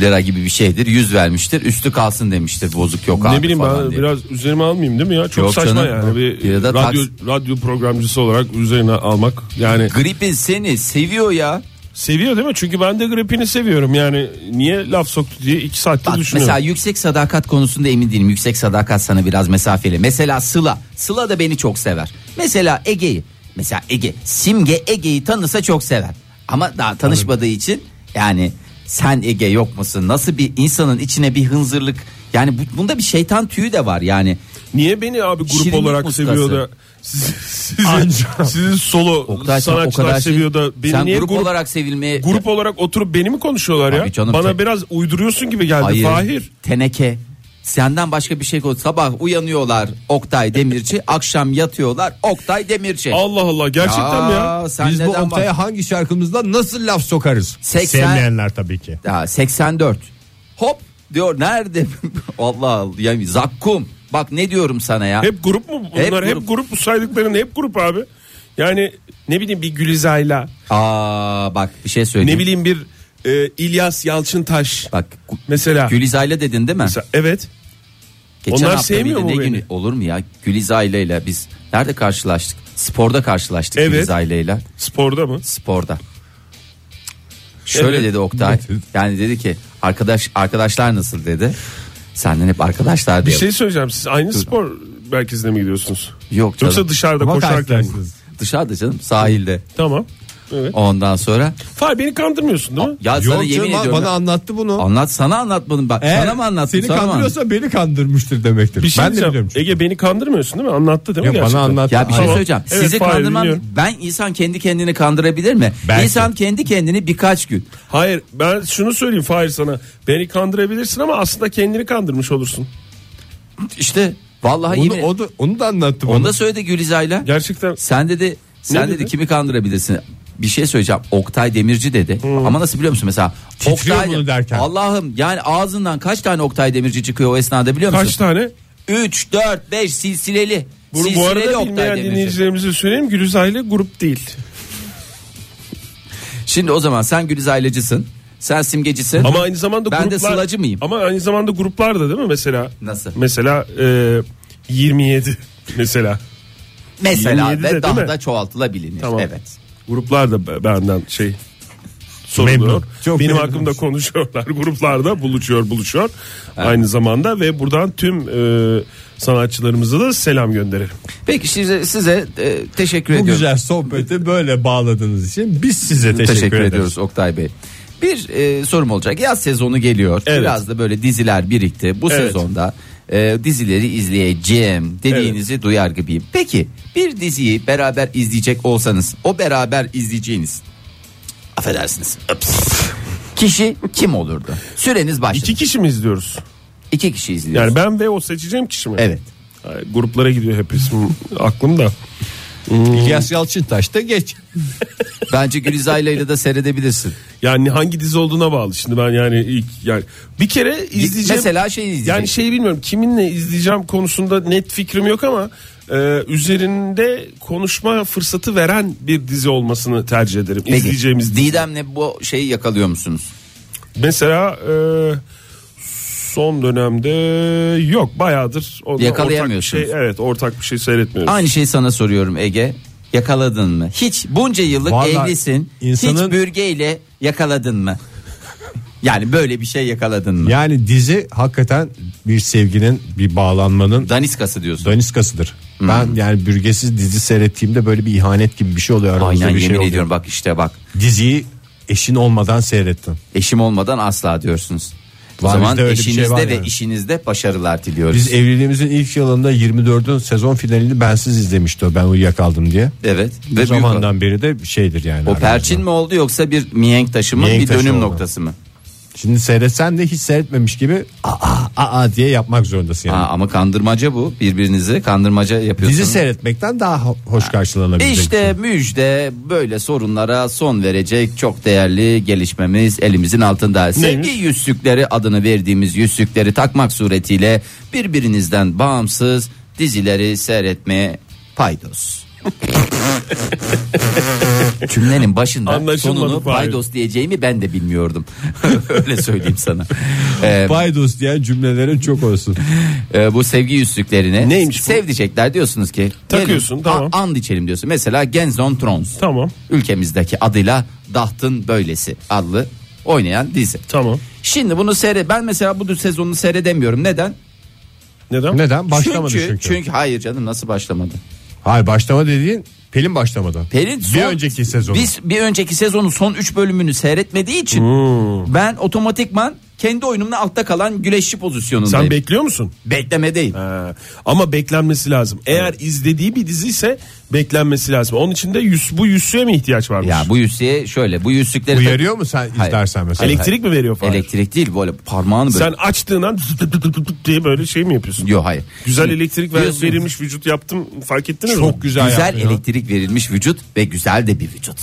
Speaker 5: lira gibi bir şeydir. 100 vermiştir. Üstü kalsın demiştir. Bozuk yok abi
Speaker 4: ne bileyim
Speaker 5: falan
Speaker 4: ben
Speaker 5: diye.
Speaker 4: biraz üzerime almayayım değil mi ya? Çok
Speaker 5: Yok
Speaker 4: saçma
Speaker 5: canım.
Speaker 4: yani. Bir
Speaker 5: Ya da
Speaker 4: radyo
Speaker 5: taks-
Speaker 4: radyo programcısı olarak üzerine almak yani
Speaker 5: Gripin seni seviyor ya.
Speaker 4: seviyor değil mi? Çünkü ben de gripini seviyorum. Yani niye laf soktu diye iki saattir
Speaker 5: Bak,
Speaker 4: düşünüyorum.
Speaker 5: mesela yüksek sadakat konusunda emin değilim. Yüksek sadakat sana biraz mesafeli. Mesela Sıla. Sıla da beni çok sever. Mesela Ege'yi. Mesela Ege. Simge Ege'yi tanısa çok sever. Ama daha tanışmadığı için yani sen Ege yok musun? Nasıl bir insanın içine bir hınzırlık. Yani bu- bunda bir şeytan tüyü de var yani.
Speaker 4: Niye beni abi grup
Speaker 5: Şirinlik
Speaker 4: olarak
Speaker 5: muskası.
Speaker 4: seviyor da sizi, sizi-
Speaker 5: Anca.
Speaker 4: sizin solo
Speaker 5: Oktay sen o
Speaker 4: sanatçılar
Speaker 5: kadar şey-
Speaker 4: seviyor da beni
Speaker 5: sen
Speaker 4: niye
Speaker 5: grup, olarak sevilmeye
Speaker 4: grup olarak oturup beni mi konuşuyorlar ya?
Speaker 5: Abi canım,
Speaker 4: Bana
Speaker 5: te-
Speaker 4: biraz uyduruyorsun gibi geldi
Speaker 5: Hayır.
Speaker 4: Fahir.
Speaker 5: Teneke. Senden başka bir şey yok. Sabah uyanıyorlar Oktay Demirci, akşam yatıyorlar Oktay Demirci.
Speaker 4: Allah Allah gerçekten mi ya?
Speaker 5: Aa, Sen
Speaker 3: Biz bu
Speaker 5: neden
Speaker 3: Oktay'a hangi şarkımızda nasıl laf sokarız?
Speaker 5: 80.
Speaker 3: Sevmeyenler tabii ki.
Speaker 5: Ya 84. Hop diyor nerede? Allah Allah. Yani zakkum. Bak ne diyorum sana ya.
Speaker 4: Hep grup mu? Bunlar
Speaker 5: Hep
Speaker 4: hep grup,
Speaker 5: grup.
Speaker 4: bu saydıkların hep grup abi. Yani ne bileyim bir Gülizay'la
Speaker 5: Aa bak bir şey söyleyeyim.
Speaker 4: ne bileyim bir e, İlyas Yalçıntaş
Speaker 5: Bak Gu-
Speaker 4: mesela.
Speaker 5: Gülizay'la dedin değil mi?
Speaker 4: Mesela, evet.
Speaker 5: Geçen
Speaker 4: Onlar
Speaker 5: hafta
Speaker 4: sevmiyor
Speaker 5: mıydı,
Speaker 4: mu
Speaker 5: ne
Speaker 4: beni?
Speaker 5: günü? Olur mu ya? Gülizay'la biz nerede karşılaştık? Sporda karşılaştık
Speaker 4: Evet.
Speaker 5: Gülizayla'yla.
Speaker 4: Sporda mı?
Speaker 5: sporda. Şöyle
Speaker 4: Evet.
Speaker 5: dedi Oktay. Yani dedi ki arkadaş arkadaşlar nasıl dedi. Senden hep arkadaşlar
Speaker 4: Bir
Speaker 5: diyor.
Speaker 4: şey söyleyeceğim. Siz aynı spor merkezine mi gidiyorsunuz?
Speaker 5: Yok canım.
Speaker 4: Yoksa dışarıda
Speaker 3: Ama
Speaker 4: koşarken mi?
Speaker 3: karşılarsınız.
Speaker 5: Dışarıda canım sahilde.
Speaker 4: Tamam. Evet.
Speaker 5: Ondan sonra
Speaker 4: Fahir beni kandırmıyorsun değil mi?
Speaker 5: ya sana
Speaker 3: Yok
Speaker 5: yemin
Speaker 3: canım,
Speaker 5: ediyorum.
Speaker 3: bana anlattı bunu.
Speaker 5: Anlat sana anlatmadım ben.
Speaker 3: Eğer
Speaker 5: sana mı anlattım?
Speaker 3: Seni
Speaker 5: sana mı
Speaker 3: kandırıyorsa beni kandırmıştır demektir.
Speaker 4: Bir şey
Speaker 3: ben de
Speaker 4: diyeceğim.
Speaker 3: biliyorum. çünkü.
Speaker 4: Ege beni kandırmıyorsun değil mi? Anlattı değil mi
Speaker 3: Yok, bana
Speaker 4: gerçekten?
Speaker 3: anlattı.
Speaker 5: Ya bir şey
Speaker 4: Tamam.
Speaker 5: söyleyeceğim.
Speaker 4: Evet,
Speaker 5: Sizi
Speaker 4: Fahir,
Speaker 5: kandırmam.
Speaker 4: dinliyorum.
Speaker 5: Ben insan kendi kendini kandırabilir mi?
Speaker 3: Belki.
Speaker 5: İnsan kendi kendini birkaç gün.
Speaker 4: Hayır ben şunu söyleyeyim Fahir sana. Beni kandırabilirsin ama aslında kendini kandırmış olursun.
Speaker 5: İşte vallahi
Speaker 3: Onu,
Speaker 5: yemin.
Speaker 3: o da, onu da anlattı bana.
Speaker 5: Onu da söyledi Gülizay'la.
Speaker 4: Gerçekten
Speaker 5: Sen dedi sen dedi?
Speaker 4: dedi?
Speaker 5: kimi kandırabilirsin? Bir şey söyleyeceğim. Oktay Demirci dedi. Ama nasıl biliyor musun mesela?
Speaker 3: Hmm. Titriyor bunu derken.
Speaker 5: Allah'ım yani ağzından kaç tane Oktay Demirci çıkıyor o esnada biliyor
Speaker 4: kaç
Speaker 5: musun?
Speaker 4: tane?
Speaker 5: 3 4 5 silsileli.
Speaker 4: Bu, bu
Speaker 5: silsileli
Speaker 4: arada
Speaker 5: Oktay
Speaker 4: bilmeyen
Speaker 5: Demirci.
Speaker 4: dinleyicilerimize söyleyeyim Gülüzay ile grup değil.
Speaker 5: Şimdi o zaman sen Gülizaylıcısın. Sen simgecisin.
Speaker 4: Ama aynı zamanda
Speaker 5: Ben de
Speaker 4: gruplar...
Speaker 5: sılacı mıyım?
Speaker 4: Ama aynı zamanda gruplar da değil mi mesela?
Speaker 5: Nasıl?
Speaker 4: Mesela e, 27 mesela.
Speaker 5: mesela
Speaker 4: 27 de
Speaker 5: ve daha
Speaker 4: değil mi?
Speaker 5: da çoğaltılabilir.
Speaker 4: Tamam.
Speaker 5: Evet.
Speaker 4: Gruplar da be- benden şey soruluyor.
Speaker 3: Memnun. Çok
Speaker 4: Benim
Speaker 3: memnunum.
Speaker 4: hakkımda konuşuyorlar. Gruplarda buluşuyor buluşuyor. Aynı zamanda ve buradan tüm e, sanatçılarımıza da selam gönderelim.
Speaker 5: Peki size, size e, teşekkür
Speaker 3: Bu
Speaker 5: ediyorum.
Speaker 3: güzel sohbeti böyle bağladığınız için biz size teşekkür,
Speaker 5: teşekkür,
Speaker 3: ederiz.
Speaker 5: ediyoruz Oktay Bey. Bir e, sorum olacak. Yaz sezonu geliyor.
Speaker 4: Evet.
Speaker 5: Biraz da böyle diziler birikti. Bu
Speaker 4: Evet.
Speaker 5: sezonda e, dizileri izleyeceğim dediğinizi duyar gibiyim. Peki bir diziyi beraber izleyecek olsanız o beraber izleyeceğiniz affedersiniz. Öps. Kişi kim olurdu? Süreniz başladı.
Speaker 4: İki
Speaker 5: İki,
Speaker 4: kişi mi izliyoruz?
Speaker 5: kişi izliyoruz.
Speaker 4: Yani ben ve o seçeceğim kişi mi?
Speaker 5: Evet.
Speaker 4: Ay, Gruplara gidiyor hep isim aklımda.
Speaker 3: İlyas Yalçıntaş da geç.
Speaker 5: Bence Gülizayla'yla da seyredebilirsin.
Speaker 4: Yani hangi dizi olduğuna bağlı. Şimdi ben yani ilk yani bir kere izleyeceğim.
Speaker 5: Mesela şey izleyeceksin.
Speaker 4: yani şey bilmiyorum kiminle izleyeceğim konusunda net fikrim yok ama e, üzerinde konuşma fırsatı veren bir dizi olmasını tercih ederim.
Speaker 3: şey
Speaker 5: Peki,
Speaker 4: İzleyeceğimiz dizi.
Speaker 5: Didem'le bu şeyi yakalıyor musunuz?
Speaker 4: Mesela e, son dönemde yok bayağıdır. Onunla
Speaker 5: Yakalayamıyorsunuz.
Speaker 4: Ortak bir şey, evet ortak bir şey seyretmiyoruz.
Speaker 5: Aynı şeyi sana soruyorum Ege. Yakaladın mı? Hiç bunca yıllık
Speaker 3: Vallahi
Speaker 5: evlisin.
Speaker 3: insanın-
Speaker 5: Hiç bürgeyle yakaladın mı? yani böyle bir şey yakaladın mı?
Speaker 3: Yani dizi hakikaten bir sevginin bir bağlanmanın
Speaker 5: Daniskası diyorsun.
Speaker 3: daniskasıdır.
Speaker 5: Hmm.
Speaker 3: Ben yani bürgesiz dizi seyrettiğimde böyle bir ihanet gibi bir şey oluyor. aramızda
Speaker 5: Aynen yemin
Speaker 3: bir şey oluyor.
Speaker 5: ediyorum bak işte bak.
Speaker 3: Diziyi eşin olmadan seyrettin.
Speaker 5: Eşim olmadan asla diyorsunuz. O
Speaker 3: Var,
Speaker 5: zaman
Speaker 3: bizde öyle bir şey
Speaker 5: eşinizde
Speaker 3: var
Speaker 5: ve
Speaker 3: yani.
Speaker 5: işinizde başarılar diliyoruz.
Speaker 3: Biz evliliğimizin ilk yılında 24'ün sezon finalini bensiz izlemişti o ben uyuyakaldım diye.
Speaker 5: evet.
Speaker 3: O
Speaker 5: büyük-
Speaker 3: zamandan beri de şeydir yani.
Speaker 5: o
Speaker 3: aramızda.
Speaker 5: perçin mi oldu yoksa bir mihenk taşı mı
Speaker 3: Mihenk
Speaker 5: bir
Speaker 3: taşı
Speaker 5: dönüm
Speaker 3: oldu.
Speaker 5: noktası mı?
Speaker 3: Şimdi seyretsen de hiç seyretmemiş gibi aa aa diye yapmak zorundasın yani.
Speaker 5: Ha, ama kandırmaca bu birbirinizi kandırmaca yapıyorsunuz.
Speaker 3: Dizi seyretmekten daha ho- hoş karşılanabilecek. bir
Speaker 5: İşte
Speaker 3: şey.
Speaker 5: müjde böyle sorunlara son verecek çok değerli gelişmemiz elimizin altında. Sevgi yüzsükleri adını verdiğimiz yüzsükleri takmak suretiyle birbirinizden bağımsız dizileri seyretmeye paydos. Cümlenin başında
Speaker 4: Anlaşılmadı
Speaker 5: sonunu
Speaker 4: Fahir.
Speaker 5: paydos diyeceğimi ben de bilmiyordum. Öyle söyleyeyim sana. Ee,
Speaker 3: Paydos diyen cümlelerin çok olsun.
Speaker 5: e, bu sevgi yüzüklerini
Speaker 4: Neymiş bu?
Speaker 5: sev diyecekler diyorsunuz ki.
Speaker 4: Takıyorsun,
Speaker 5: gelin,
Speaker 4: tamam.
Speaker 5: a- and içelim diyorsun. Mesela Gens on Thrones.
Speaker 4: Tamam.
Speaker 5: Ülkemizdeki adıyla Dahtın Böylesi adlı oynayan dizi.
Speaker 4: Tamam.
Speaker 5: Şimdi bunu seyre ben mesela bu sezonunu seyredemiyorum. Neden?
Speaker 4: Neden?
Speaker 3: Neden? Başlamadı çünkü.
Speaker 5: çünkü hayır canım nasıl başlamadı?
Speaker 3: Hayır başlama dediğin Pelin başlamadı.
Speaker 5: Pelin son,
Speaker 3: bir önceki sezonu.
Speaker 5: Biz bir önceki sezonun son 3 bölümünü seyretmediği için
Speaker 4: Hmm.
Speaker 5: ben otomatikman kendi oyunumda altta kalan güleşçi pozisyonundayım.
Speaker 4: Sen bekliyor musun?
Speaker 5: Beklemedeyim.
Speaker 4: Ha, Ee, ama beklenmesi lazım. Eğer izlediği bir dizi ise beklenmesi lazım. Onun için de yüz, bu yüzsüye mi ihtiyaç varmış?
Speaker 5: Ya bu yüzüğe şöyle bu yüzükleri
Speaker 3: Uyarıyor mu sen
Speaker 5: Hayır.
Speaker 3: izlersen mesela?
Speaker 4: Elektrik mi veriyor falan?
Speaker 5: elektrik değil böyle parmağını böyle.
Speaker 4: Sen açtığın an tut tut tut tut tut diye böyle şey mi yapıyorsun?
Speaker 5: Yok hayır.
Speaker 4: Güzel
Speaker 5: Şimdi
Speaker 4: elektrik ver,
Speaker 5: diyorsun,
Speaker 4: verilmiş vücut yaptım fark ettiniz mi?
Speaker 3: Çok güzel,
Speaker 5: Güzel
Speaker 3: yaptın ya.
Speaker 5: elektrik verilmiş vücut ve güzel de bir vücut.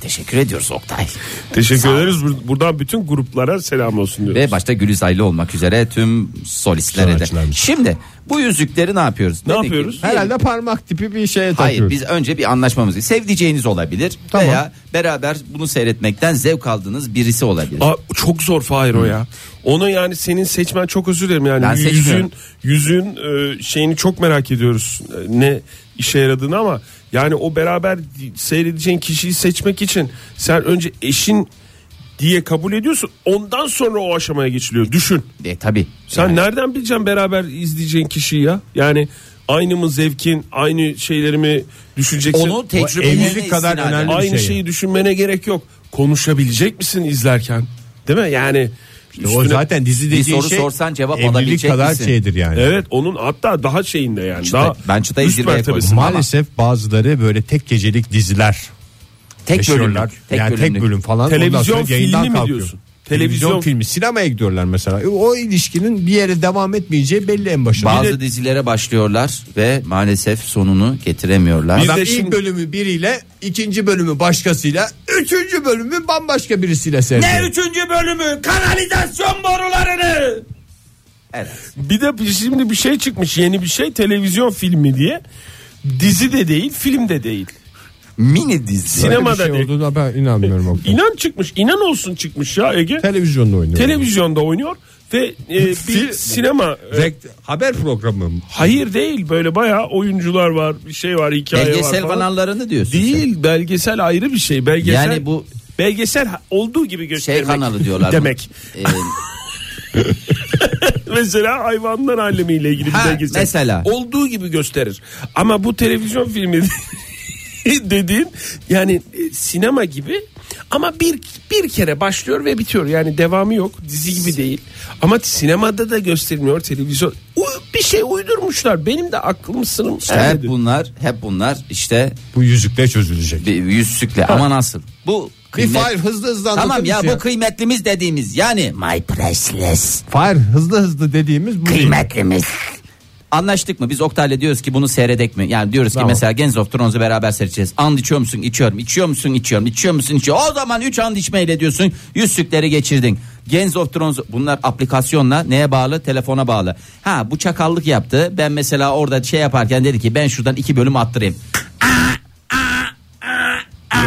Speaker 5: Teşekkür ediyoruz Oktay.
Speaker 4: Teşekkür
Speaker 5: Sağ ol.
Speaker 4: ederiz. Bur- Buradan bütün gruplara selam olsun diyoruz.
Speaker 5: Ve başta Gülizaylı olmak üzere tüm solistlere de.
Speaker 3: Sanatçılarımız.
Speaker 5: Şimdi bu yüzükleri ne yapıyoruz?
Speaker 4: Ne
Speaker 5: Dedik ki,
Speaker 4: yapıyoruz?
Speaker 3: Herhalde parmak tipi bir şeye takıyoruz.
Speaker 5: Hayır biz önce bir anlaşmamız. Sevdiceğiniz olabilir veya beraber bunu seyretmekten zevk aldığınız birisi olabilir.
Speaker 4: Aa, çok zor Fahir o ya. Onu yani senin seçmen çok özür dilerim yani
Speaker 5: Ben seçmiyorum.
Speaker 4: yüzün yüzün e, şeyini çok merak ediyoruz e, ne işe yaradığını ama yani o beraber seyredeceğin kişiyi seçmek için sen önce eşin diye kabul ediyorsun ondan sonra o aşamaya geçiliyor düşün.
Speaker 5: E, tabii.
Speaker 4: Sen nereden bileceksin beraber izleyeceğin kişiyi ya? Yani aynı mı zevkin, aynı şeyleri mi düşüneceksin?
Speaker 5: Onu tecrübelerine
Speaker 3: evlilik kadar
Speaker 5: istinaden-
Speaker 3: önemli
Speaker 4: aynı
Speaker 3: bir şey.
Speaker 4: şeyi düşünmene gerek yok. Konuşabilecek misin izlerken? Değil mi? Yani
Speaker 3: O
Speaker 4: üstüne-
Speaker 3: zaten dizi dediğin
Speaker 5: soru
Speaker 3: şey
Speaker 5: sorsan cevap
Speaker 3: evlilik
Speaker 5: alabilecek
Speaker 3: kadar
Speaker 5: misin?
Speaker 3: şeydir yani.
Speaker 4: Evet onun hatta daha şeyinde yani.
Speaker 5: Çıtayı-
Speaker 4: daha
Speaker 5: ben çıtayı
Speaker 4: üst
Speaker 5: zirveye
Speaker 4: mertebesi.
Speaker 5: koydum.
Speaker 3: Maalesef bazıları böyle tek gecelik diziler
Speaker 5: Tek
Speaker 3: yaşıyorlar.
Speaker 5: bölümlük. Tek
Speaker 3: yani
Speaker 5: bölümlük.
Speaker 3: tek bölüm falan. Ondan
Speaker 4: Televizyon
Speaker 3: sonra yayından
Speaker 4: filmi mi
Speaker 3: kalkıyor.
Speaker 4: diyorsun?
Speaker 3: Televizyon,
Speaker 4: Televizyon-
Speaker 3: filmi sinemaya gidiyorlar mesela. E, O ilişkinin bir yere devam etmeyeceği belli en başında.
Speaker 5: Bazı dizilere başlıyorlar ve maalesef sonunu getiremiyorlar.
Speaker 4: Bir
Speaker 3: Adam
Speaker 4: de
Speaker 3: ilk
Speaker 4: şimdi-
Speaker 3: bölümü biriyle, ikinci bölümü başkasıyla, üçüncü bölümü bambaşka birisiyle seyrediyor.
Speaker 5: üçüncü bölümü? Kanalizasyon borularını. Evet.
Speaker 4: Bir de bir- şimdi bir şey çıkmış yeni bir şey televizyon filmi diye. Dizi de değil film de değil.
Speaker 5: Mini dizi.
Speaker 4: Sinem-
Speaker 3: Böyle bir
Speaker 4: sinemada
Speaker 3: şey
Speaker 4: değil.
Speaker 3: olduğuna ben inanmıyorum. o kadar.
Speaker 4: İnan çıkmış inan olsun çıkmış ya Ege.
Speaker 3: Televizyonda oynuyor.
Speaker 4: Televizyonda oynuyor ve e, bir
Speaker 3: Film-
Speaker 4: sinema e,
Speaker 3: Rekt- haber programı mı?
Speaker 4: Hayır değil böyle bayağı oyuncular var bir şey var hikaye var
Speaker 5: Belgesel
Speaker 4: falan.
Speaker 5: kanallarını diyorsun. sen.
Speaker 4: Değil belgesel ayrı bir şey belgesel.
Speaker 5: Yani bu-
Speaker 4: belgesel ha- olduğu gibi
Speaker 5: Şey
Speaker 4: göstermek.
Speaker 5: kanalı diyorlar. bu.
Speaker 4: Demek.
Speaker 5: Ee,
Speaker 4: Mesela hayvanlar alemiyle ilgili
Speaker 5: Ha,
Speaker 4: bir belgesel.
Speaker 5: mesela.
Speaker 4: Olduğu gibi gösterir. Ama bu televizyon filmi dediğin yani e, sinema gibi ama bir bir kere başlıyor ve bitiyor. Yani devamı yok. Dizi gibi değil. Ama sinemada da gösterilmiyor televizyon. U- Bir şey uydurmuşlar. Benim de aklım sınım. ermedi.
Speaker 5: hep bunlar, hep bunlar işte
Speaker 3: Bu yüzükle çözülecek.
Speaker 5: bir yüzsükle ama nasıl? Bu
Speaker 3: Bir
Speaker 5: kıymet...
Speaker 3: fire hızlı hızlı anlatır
Speaker 5: Tamam ya
Speaker 3: mısın
Speaker 5: bu kıymetlimiz dediğimiz yani my precious
Speaker 3: Fire hızlı hızlı dediğimiz bu değil.
Speaker 5: kıymetlimiz. Anlaştık mı? Biz Oktay'la diyoruz ki bunu seyredek mi? Yani diyoruz ki mesela Games of Thrones'u beraber seyredeceğiz. And içiyor musun? İçiyorum. İçiyor musun? İçiyorum. İçiyor musun? İçiyorum. O zaman 3 and içmeyle diyorsun. Yüzsükleri geçirdin. Games of Thrones bunlar aplikasyonla neye bağlı? Telefona bağlı. Ha bu çakallık yaptı. Ben mesela orada şey yaparken dedi ki ben şuradan 2 bölüm attırayım.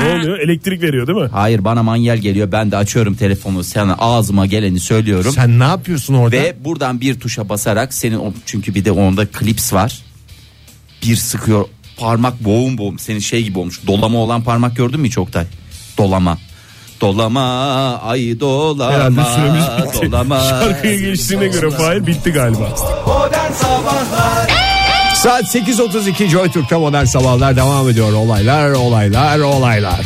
Speaker 4: Ne oluyor? Elektrik veriyor değil mi?
Speaker 5: Hayır bana manyel geliyor. Ben de açıyorum telefonu. Sana ağzıma geleni söylüyorum.
Speaker 3: Sen ne yapıyorsun orada?
Speaker 5: Ve buradan bir tuşa basarak senin o- çünkü bir de onda klips var. Bir sıkıyor parmak boğum boğum senin şey gibi olmuş. Dolama olan parmak gördün mü hiç Oktay? Dolama. Dolama ay
Speaker 4: Herhalde
Speaker 5: dolama.
Speaker 4: süremiz bitti.
Speaker 5: Dolama.
Speaker 4: Şarkıya geçtiğine göre Fahir bitti galiba.
Speaker 2: Modern Sabahlar
Speaker 3: Saat 8.32 Joy Türk'te modern sabahlar devam ediyor. Olaylar olaylar olaylar.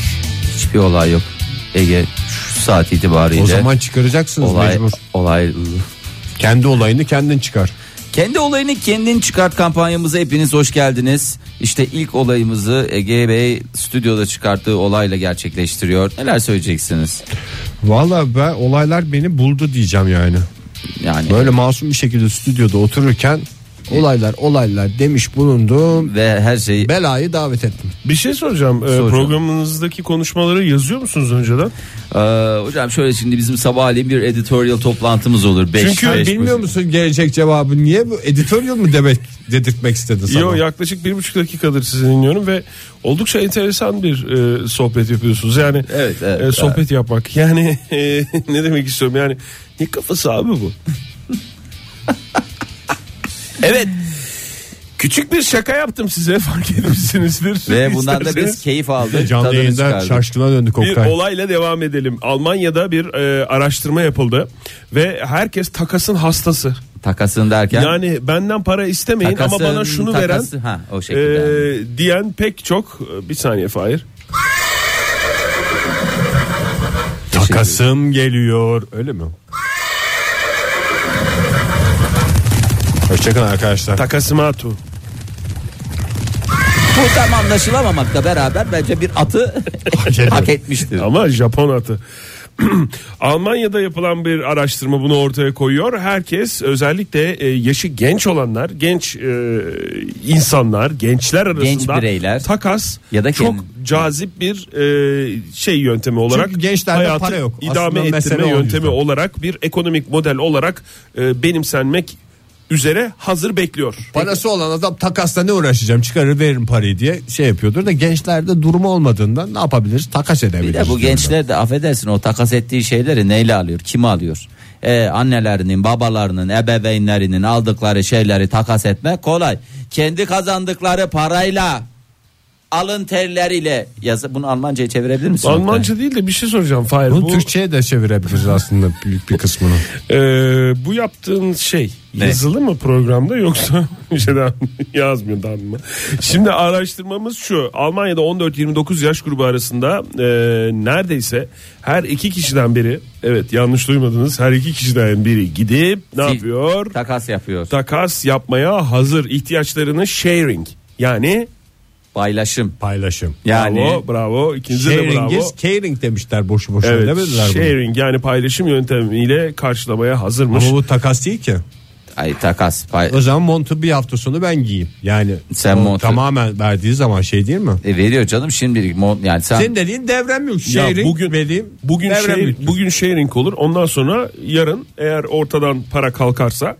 Speaker 5: Hiçbir olay yok. Ege şu saat itibariyle.
Speaker 3: O zaman çıkaracaksınız
Speaker 5: olay
Speaker 3: mecbur.
Speaker 5: olay
Speaker 3: Kendi olayını kendin çıkar.
Speaker 5: Kendi olayını kendin çıkart kampanyamıza hepiniz hoş geldiniz. İşte ilk olayımızı Ege Bey stüdyoda çıkarttığı olayla gerçekleştiriyor. Neler söyleyeceksiniz?
Speaker 3: Valla ben olaylar beni buldu diyeceğim yani.
Speaker 5: Yani
Speaker 3: Böyle masum bir şekilde stüdyoda otururken olaylar olaylar demiş bulundum.
Speaker 5: Ve her şey- şeyi
Speaker 3: Belayı davet ettim.
Speaker 4: Bir şey soracağım. Ee,
Speaker 5: Soracağım.
Speaker 4: programınızdaki konuşmaları yazıyor musunuz önceden?
Speaker 5: Ee, hocam şöyle şimdi bizim sabahleyin bir editorial toplantımız olur. Beş,
Speaker 4: Çünkü
Speaker 5: beş-
Speaker 3: Bilmiyor musun gelecek cevabı niye bu editorial mu demek dedirtmek istedin sana?
Speaker 4: Yo, yaklaşık bir buçuk dakikadır sizi dinliyorum ve oldukça enteresan bir e, sohbet yapıyorsunuz. Yani
Speaker 5: Evet, evet,
Speaker 4: e, sohbet yapmak. Yani e, ne demek istiyorum yani ne kafası abi bu?
Speaker 5: Evet.
Speaker 4: Küçük bir şaka yaptım size fark etmişsinizdir.
Speaker 5: Ve bundan da
Speaker 4: İsterseniz.
Speaker 5: biz keyif aldık.
Speaker 3: E, Canlı
Speaker 5: tadını
Speaker 3: yayında
Speaker 5: çıkardık.
Speaker 3: şaşkına döndük
Speaker 4: Bir
Speaker 3: Oktay.
Speaker 4: olayla devam edelim. Almanya'da bir e, araştırma yapıldı ve herkes takasın hastası.
Speaker 5: Takasın derken.
Speaker 4: Yani benden para istemeyin
Speaker 5: Takasın,
Speaker 4: ama bana şunu
Speaker 5: takası,
Speaker 4: veren
Speaker 5: ha, o şekilde
Speaker 4: e, diyen pek çok e, bir saniye Fahir.
Speaker 3: Takasım geliyor. Öyle mi? Hoşçakalın arkadaşlar.
Speaker 4: Takasımatu.
Speaker 5: Bu tam anlaşılamamakla beraber bence bir atı hak etmiştir.
Speaker 4: Ama Japon atı. Almanya'da yapılan bir araştırma bunu ortaya koyuyor. Herkes özellikle e, yaşı genç olanlar, genç e, insanlar, gençler arasında
Speaker 5: bireyler.
Speaker 4: takas
Speaker 5: Ya da
Speaker 4: çok
Speaker 5: kendi-
Speaker 4: cazip bir e, şey yöntemi olarak
Speaker 3: gençlerde
Speaker 4: hayatı
Speaker 3: para yok. Aslında
Speaker 4: idame
Speaker 3: mesele
Speaker 4: ettirme
Speaker 3: o
Speaker 4: yöntemi
Speaker 3: yüzden.
Speaker 4: olarak bir ekonomik model olarak e, benimsenmek üzere hazır bekliyor.
Speaker 3: Parası olan adam takasla ne uğraşacağım çıkarır veririm parayı diye şey yapıyordur da gençlerde durumu olmadığından ne yapabiliriz takas
Speaker 5: Bir
Speaker 3: edebiliriz.
Speaker 5: de bu
Speaker 3: diyorum
Speaker 5: gençler de affedersin o takas ettiği şeyleri neyle alıyor? Kimi alıyor? Ee, annelerinin, babalarının, ebeveynlerinin aldıkları şeyleri takas etmek kolay. Kendi kazandıkları parayla alın terleriyle yazı bunu Almanca'ya çevirebilir misin?
Speaker 4: Almanca değil de bir şey soracağım Fahir.
Speaker 3: ben. Bunu
Speaker 4: Bu,
Speaker 3: Türkçe'ye de çevirebiliriz aslında büyük bir kısmını.
Speaker 4: e, bu yaptığın şey
Speaker 5: Ne?
Speaker 4: yazılı mı programda yoksa şeyden yazmıyordan mı? Şimdi araştırmamız şu. Almanya'da 14-29 yaş grubu arasında e, neredeyse her iki kişiden biri evet yanlış duymadınız her iki kişiden biri gidip ne
Speaker 5: Fil-
Speaker 4: yapıyor?
Speaker 5: Takas yapıyor.
Speaker 4: takas yapmaya hazır ihtiyaçlarını sharing yani
Speaker 5: Paylaşım.
Speaker 3: Paylaşım.
Speaker 5: Yani
Speaker 4: bravo bravo ikinize de
Speaker 3: Sharing
Speaker 4: bravo.
Speaker 3: is caring demişler boşu boşuna
Speaker 4: Evet,
Speaker 3: demediler bunu.
Speaker 4: sharing yani paylaşım yöntemiyle karşılamaya hazırmış.
Speaker 3: Ama bu takas değil ki.
Speaker 5: ay takas. Pay...
Speaker 3: O zaman montu bir hafta sonu ben giyeyim. Yani
Speaker 5: Sen
Speaker 3: o
Speaker 5: montu-
Speaker 3: tamamen verdiği zaman şey değil mi?
Speaker 5: E, veriyor canım şimdilik mon- yani sen
Speaker 3: Senin dediğin devrem yok.
Speaker 4: Ya
Speaker 3: Sharing
Speaker 4: bugün
Speaker 3: vereyim,
Speaker 4: bugün
Speaker 3: devrem
Speaker 4: şey,
Speaker 3: yok.
Speaker 4: bugün sharing olur. Ondan sonra yarın eğer ortadan para kalkarsa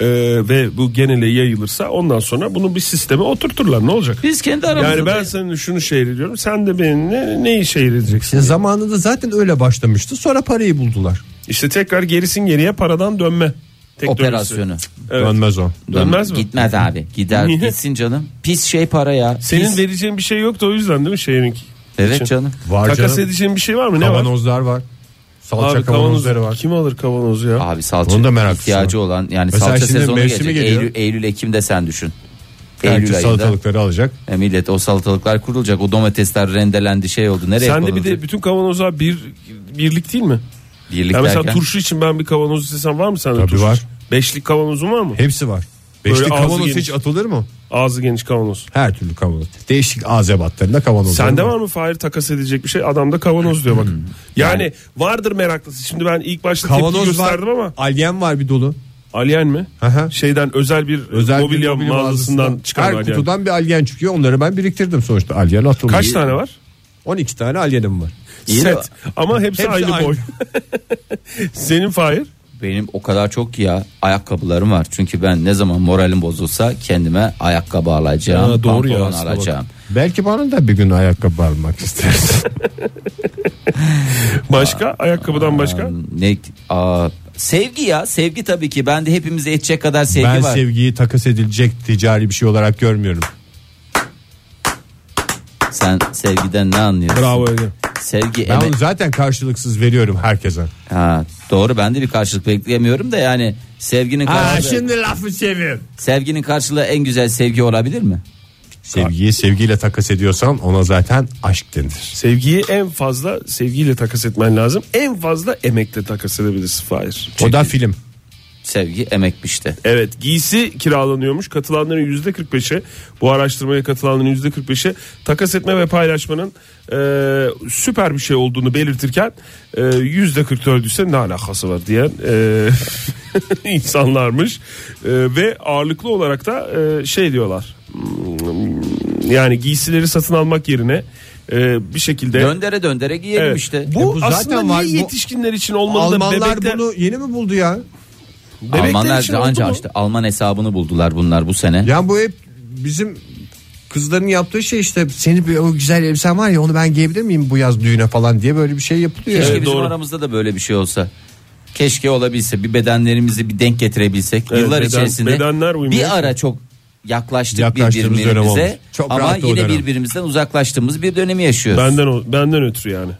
Speaker 4: e, ve bu genele yayılırsa ondan sonra bunu bir sisteme oturturlar. Ne olacak?
Speaker 5: biz kendi aramızda
Speaker 4: Yani ben senin şunu share ediyorum. Sen de benimle neyi share edeceksin?
Speaker 3: Ya zamanında zaten öyle başlamıştı. Sonra parayı buldular.
Speaker 4: İşte tekrar gerisin geriye paradan dönme teknolojisi.
Speaker 5: operasyonu.
Speaker 4: Evet.
Speaker 3: Dönmez o.
Speaker 4: Dönmez mi?
Speaker 5: Gitmez abi. Gider
Speaker 4: Niye?
Speaker 5: gitsin canım. Pis şey para ya.
Speaker 4: Senin şey.
Speaker 5: Pis.
Speaker 4: vereceğin bir şey yoktu o yüzden değil mi sharing?
Speaker 5: Evet
Speaker 4: için?
Speaker 5: canım.
Speaker 3: Var
Speaker 4: Takas
Speaker 3: canım.
Speaker 4: edeceğin bir şey var mı? Ne var?
Speaker 3: Kavanozlar var. Salça
Speaker 4: Abi
Speaker 3: kavanozları var.
Speaker 4: kavanoz. Kim alır kavanozu ya?
Speaker 5: Abi salça
Speaker 3: Onun da meraklısı
Speaker 5: ihtiyacı olan yani
Speaker 3: Mesela
Speaker 5: salça
Speaker 3: şimdi
Speaker 5: sezonu
Speaker 3: mevsimi
Speaker 5: gelecek.
Speaker 3: geliyor.
Speaker 5: Eylül, Eylül Ekim'de sen düşün.
Speaker 3: Belki
Speaker 5: Eylül ayında
Speaker 3: salatalıkları alacak.
Speaker 5: e, millet o salatalıklar kurulacak. O domatesler rendelendi şey oldu. Nereye
Speaker 4: Sen de bir
Speaker 5: konulacak?
Speaker 4: de bütün kavanozlar bir birlik değil mi?
Speaker 5: Birlik
Speaker 4: Ya mesela
Speaker 5: derken-
Speaker 4: turşu için ben bir kavanoz istesem var mı sende
Speaker 3: Tabii
Speaker 4: turşu?
Speaker 3: var.
Speaker 4: Beşlik kavanozun var mı?
Speaker 3: Hepsi var. Beşli
Speaker 4: Böyle ağzı
Speaker 3: kavanoz
Speaker 4: geniş.
Speaker 3: hiç atılır mı?
Speaker 4: Ağzı geniş kavanoz.
Speaker 3: Her türlü kavanoz. Değişik azebatlarında kavanoz.
Speaker 4: Sende var mı Fahir takas edecek bir şey? Adamda kavanoz diyor
Speaker 3: Hmm.
Speaker 4: bak. Yani vardır meraklısı. Şimdi ben ilk başta tepki
Speaker 3: Kavanoz var.
Speaker 4: gösterdim ama
Speaker 3: Alyen var bir dolu.
Speaker 4: Alien mi?
Speaker 3: Aha.
Speaker 4: Şeyden özel bir
Speaker 3: Özel bir
Speaker 4: mobilya,
Speaker 3: mobilya
Speaker 4: mağazasından
Speaker 3: mağazasından
Speaker 4: çıkan
Speaker 3: Her
Speaker 4: Alien.
Speaker 3: kutudan bir alyen çıkıyor. Onları ben biriktirdim sonuçta. Alyen atılmış.
Speaker 4: Kaç tane var?
Speaker 3: 12 tane alyenim var.
Speaker 5: İyi de-
Speaker 4: Set. Ama hepsi,
Speaker 3: Hepsi
Speaker 4: aynı,
Speaker 3: aynı.
Speaker 4: boy. Senin Fahir?
Speaker 5: Benim o kadar çok ki ya ayakkabılarım var. Çünkü ben ne zaman moralim bozulsa kendime ayakkabı alacağım.
Speaker 4: Ha, doğru ya,
Speaker 5: pantolon
Speaker 4: aslına
Speaker 5: alacağım.
Speaker 3: Belki bana da bir gün ayakkabı almak istersin.
Speaker 4: Başka? Ayakkabıdan başka?
Speaker 5: Ne, aa, sevgi ya sevgi tabii ki. Bende hepimize yetecek kadar sevgi
Speaker 3: ben
Speaker 5: var.
Speaker 3: sevgiyi takas edilecek ticari bir şey olarak görmüyorum.
Speaker 5: Sen sevgiden ne anlıyorsun?
Speaker 4: Bravo Ege.
Speaker 5: Sevgi
Speaker 3: Ben
Speaker 5: eme-
Speaker 3: onu zaten karşılıksız veriyorum herkese.
Speaker 5: Ha, doğru ben de bir karşılık bekleyemiyorum da yani sevginin karşılığı,
Speaker 3: lafı çevir.
Speaker 5: sevginin karşılığı en güzel sevgi olabilir mi?
Speaker 3: Sevgiyi sevgiyle takas ediyorsan ona zaten aşk denir.
Speaker 4: Sevgiyi en fazla sevgiyle takas etmen lazım. En fazla emekle takas edebilirsin Fahir.
Speaker 3: o da film.
Speaker 5: sevgi emekmişti.
Speaker 4: Evet giysi kiralanıyormuş. Katılanların yüzde 45'i bu araştırmaya katılanların yüzde 45'i takas etme ve paylaşmanın e, süper bir şey olduğunu belirtirken yüzde 44 ise ne alakası var diyen e, insanlarmış. E, ve ağırlıklı olarak da e, şey diyorlar. Hmm, Yani giysileri satın almak yerine e, bir şekilde...
Speaker 5: Döndere döndere giyelim
Speaker 4: Evet.
Speaker 5: işte.
Speaker 4: Bu,
Speaker 3: E bu zaten
Speaker 4: aslında
Speaker 3: var.
Speaker 4: niye
Speaker 3: Bu-
Speaker 4: yetişkinler için olmalı da
Speaker 3: Almanlar
Speaker 4: bebekler,
Speaker 3: bunu yeni mi buldu ya?
Speaker 4: bebekler
Speaker 5: Almanlar
Speaker 4: için
Speaker 5: da
Speaker 4: oldu
Speaker 5: anca
Speaker 4: mu?
Speaker 5: açtı. Alman hesabını buldular bunlar bu sene.
Speaker 3: Ya bu hep bizim kızların yaptığı şey işte senin bir o güzel elbisen var ya onu ben giyebilir miyim bu yaz düğüne falan diye böyle bir şey yapılıyor.
Speaker 5: Keşke
Speaker 3: Evet.
Speaker 5: bizim
Speaker 4: doğru.
Speaker 5: aramızda da böyle bir şey olsa. Keşke olabilse bir bedenlerimizi bir denk getirebilsek
Speaker 4: Evet,
Speaker 5: yıllar
Speaker 4: beden-
Speaker 5: içerisinde.
Speaker 4: bedenler uymuyor.
Speaker 5: bir ara çok yaklaştık
Speaker 3: Yaklaştığımız dönem olmuş.
Speaker 5: birbirimize
Speaker 3: Çok
Speaker 5: ama
Speaker 3: rahat o
Speaker 5: yine
Speaker 3: dönem.
Speaker 5: birbirimizden uzaklaştığımız bir dönemi yaşıyoruz.
Speaker 4: Benden o- benden ötürü yani.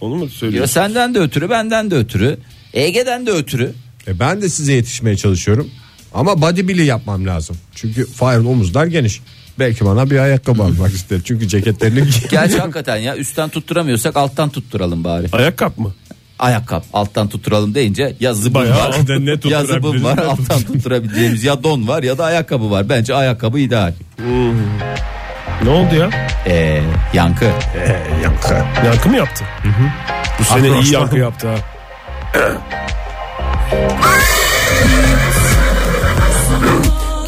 Speaker 4: Onu mu
Speaker 5: Ya
Speaker 4: söylüyorsun?
Speaker 5: senden de ötürü, benden de ötürü, Ege'den de ötürü.
Speaker 3: E ben de size yetişmeye çalışıyorum. Ama body bile yapmam lazım. Çünkü Fahir'in omuzlar geniş. Belki bana bir ayakkabı almak ister. Çünkü ceketlerini giy-
Speaker 5: Gerçi hakikaten ya üstten tutturamıyorsak alttan tutturalım bari.
Speaker 4: Ayakkabı mı?
Speaker 5: Ayakkabı alttan tutturalım deyince ya zıbın
Speaker 4: Bayağı
Speaker 5: var.
Speaker 4: alttan ne
Speaker 5: ya zıbın
Speaker 4: tutturabiliriz,
Speaker 5: var
Speaker 4: ne
Speaker 5: alttan tutturabileceğimiz ya don var ya da ayakkabı var. Bence ayakkabı ideal.
Speaker 4: Ne oldu ya?
Speaker 5: Ee, yankı.
Speaker 4: Yankı mı yaptı? Bu sene iyi yankı yaptı ha.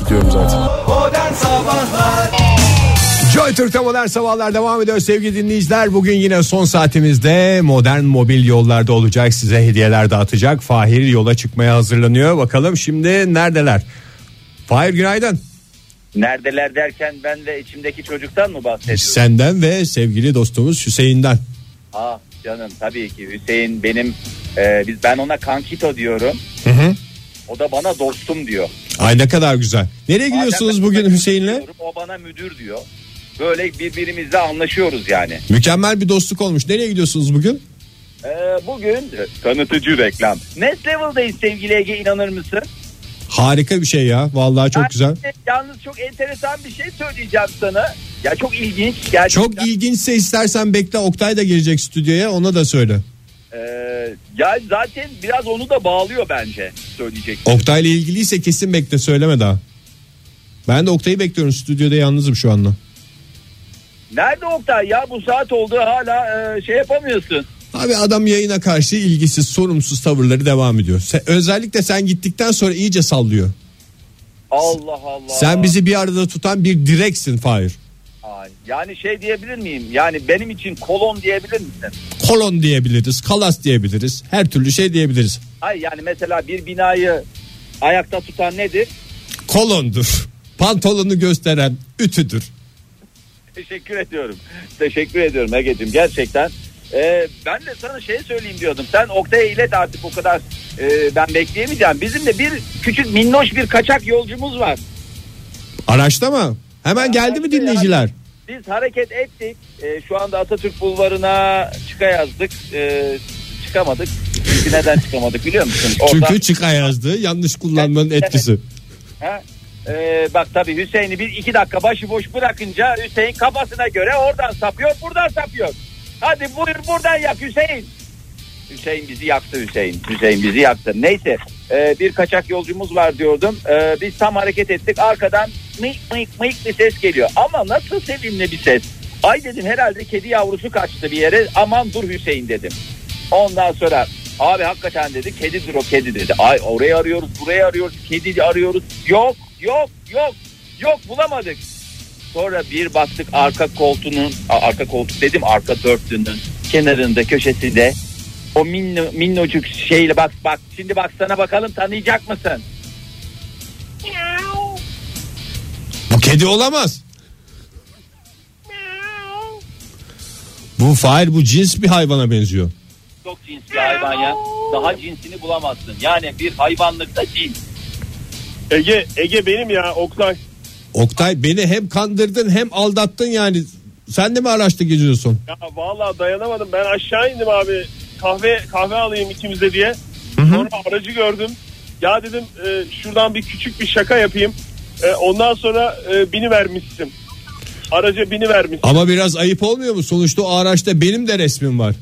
Speaker 4: Gidiyorum zaten.
Speaker 2: Modern Sabahlar
Speaker 3: Joy Türk'te modern sabahlar devam ediyor sevgili dinleyiciler. Bugün yine son saatimizde modern mobil yollarda olacak. Size hediyeler dağıtacak. Fahir yola çıkmaya hazırlanıyor. Bakalım şimdi neredeler? Fahir günaydın.
Speaker 10: Neredeler derken ben de içimdeki çocuktan mı bahsediyorum?
Speaker 3: Senden ve sevgili dostumuz Hüseyin'den.
Speaker 10: Ah canım tabii ki Hüseyin benim e, biz ben ona kankito diyorum. O da bana dostum diyor.
Speaker 3: Ay ne kadar güzel. Nereye gidiyorsunuz
Speaker 10: Madem ben
Speaker 3: bugün
Speaker 10: ona
Speaker 3: Hüseyin'le?
Speaker 10: diyorum, O bana müdür diyor. Böyle birbirimizle anlaşıyoruz yani.
Speaker 3: Mükemmel bir dostluk olmuş. Nereye gidiyorsunuz bugün?
Speaker 10: E, bugün tanıtıcı reklam. Next Level'dayız sevgili Ege inanır mısın?
Speaker 3: Harika bir şey ya. Vallahi çok
Speaker 10: Ben
Speaker 3: güzel.
Speaker 10: size Yalnız çok enteresan bir şey söyleyeceğim sana. Ya çok ilginç gerçekten.
Speaker 3: Çok ilginçse istersen bekle Oktay da gelecek stüdyoya ona da söyle.
Speaker 10: Ee, ya zaten biraz onu da bağlıyor bence söyleyecek.
Speaker 3: Oktay'la ilgiliyse kesin bekle söyleme daha. Ben de Oktay'ı bekliyorum stüdyoda yalnızım şu anda.
Speaker 10: Nerede Oktay ya bu saat oldu hala e, şey yapamıyorsun.
Speaker 3: Abi adam yayına karşı ilgisiz sorumsuz tavırları devam ediyor. Sen- özellikle sen gittikten sonra iyice sallıyor.
Speaker 10: Allah Allah.
Speaker 3: Sen bizi bir arada tutan bir direksin Fahir.
Speaker 10: Ay, Yani şey diyebilir miyim? Yani benim için kolon diyebilir misin?
Speaker 3: Kolon diyebiliriz, kalas diyebiliriz, her türlü şey diyebiliriz.
Speaker 10: Ay yani mesela bir binayı ayakta tutan nedir?
Speaker 3: Kolondur, pantolonu gösteren ütüdür.
Speaker 10: Teşekkür ediyorum. Teşekkür ediyorum Ege'cim gerçekten. Ee, ben de sana şey söyleyeyim diyordum. Sen Oktay'a ilet artık o kadar e, ben bekleyemeyeceğim. Bizim de bir küçük minnoş bir kaçak yolcumuz var.
Speaker 3: Araçta mı? Hemen geldi mi dinleyiciler?
Speaker 10: Biz hareket ettik. Ee, şu anda Atatürk Bulvarı'na çıka yazdık. Ee, çıkamadık. Çünkü neden çıkamadık biliyor musun? Oradan-
Speaker 3: Çünkü çıka yazdı yanlış kullanmanın etkisi.
Speaker 10: Ha? Ee, bak tabii Hüseyin'i bir iki dakika başıboş bırakınca Hüseyin kafasına göre oradan sapıyor buradan sapıyor. Hadi buyur buradan yak Hüseyin. Hüseyin bizi yaktı Hüseyin. Hüseyin bizi yaktı. Neyse ee, bir kaçak yolcumuz var diyordum. Ee, biz tam hareket ettik arkadan mıyık mıyık mıyık bir ses geliyor. Ama nasıl sevimli bir ses. Ay dedim herhalde kedi yavrusu kaçtı bir yere aman dur Hüseyin dedim. Ondan sonra abi hakikaten dedi kedidir o kedi dedi. Ay orayı arıyoruz burayı arıyoruz kedi arıyoruz. Yok yok yok yok bulamadık. Sonra bir baktık arka koltuğunun a- arka koltuk dedim arka dörtlünün kenarında köşesinde o minno, minnocuk şeyle bak bak şimdi baksana bakalım tanıyacak mısın?
Speaker 3: Bu kedi olamaz. Bu fail bu cins bir hayvana benziyor.
Speaker 10: Çok cins bir hayvan ya. Daha cinsini bulamazsın. Yani bir hayvanlıkta cins.
Speaker 4: Ege, Ege benim ya Oktay.
Speaker 3: Oktay beni hem kandırdın hem aldattın yani. Sen de mi araçta geziyorsun?
Speaker 4: Ya vallahi dayanamadım. Ben aşağı indim abi. Kahve kahve alayım ikimize diye. Sonra aracı gördüm. Ya dedim e, şuradan bir küçük bir şaka yapayım. E, ondan sonra e, bini vermişsin. Araca bini vermişsin.
Speaker 3: Ama biraz ayıp olmuyor mu? Sonuçta o araçta benim de resmim var.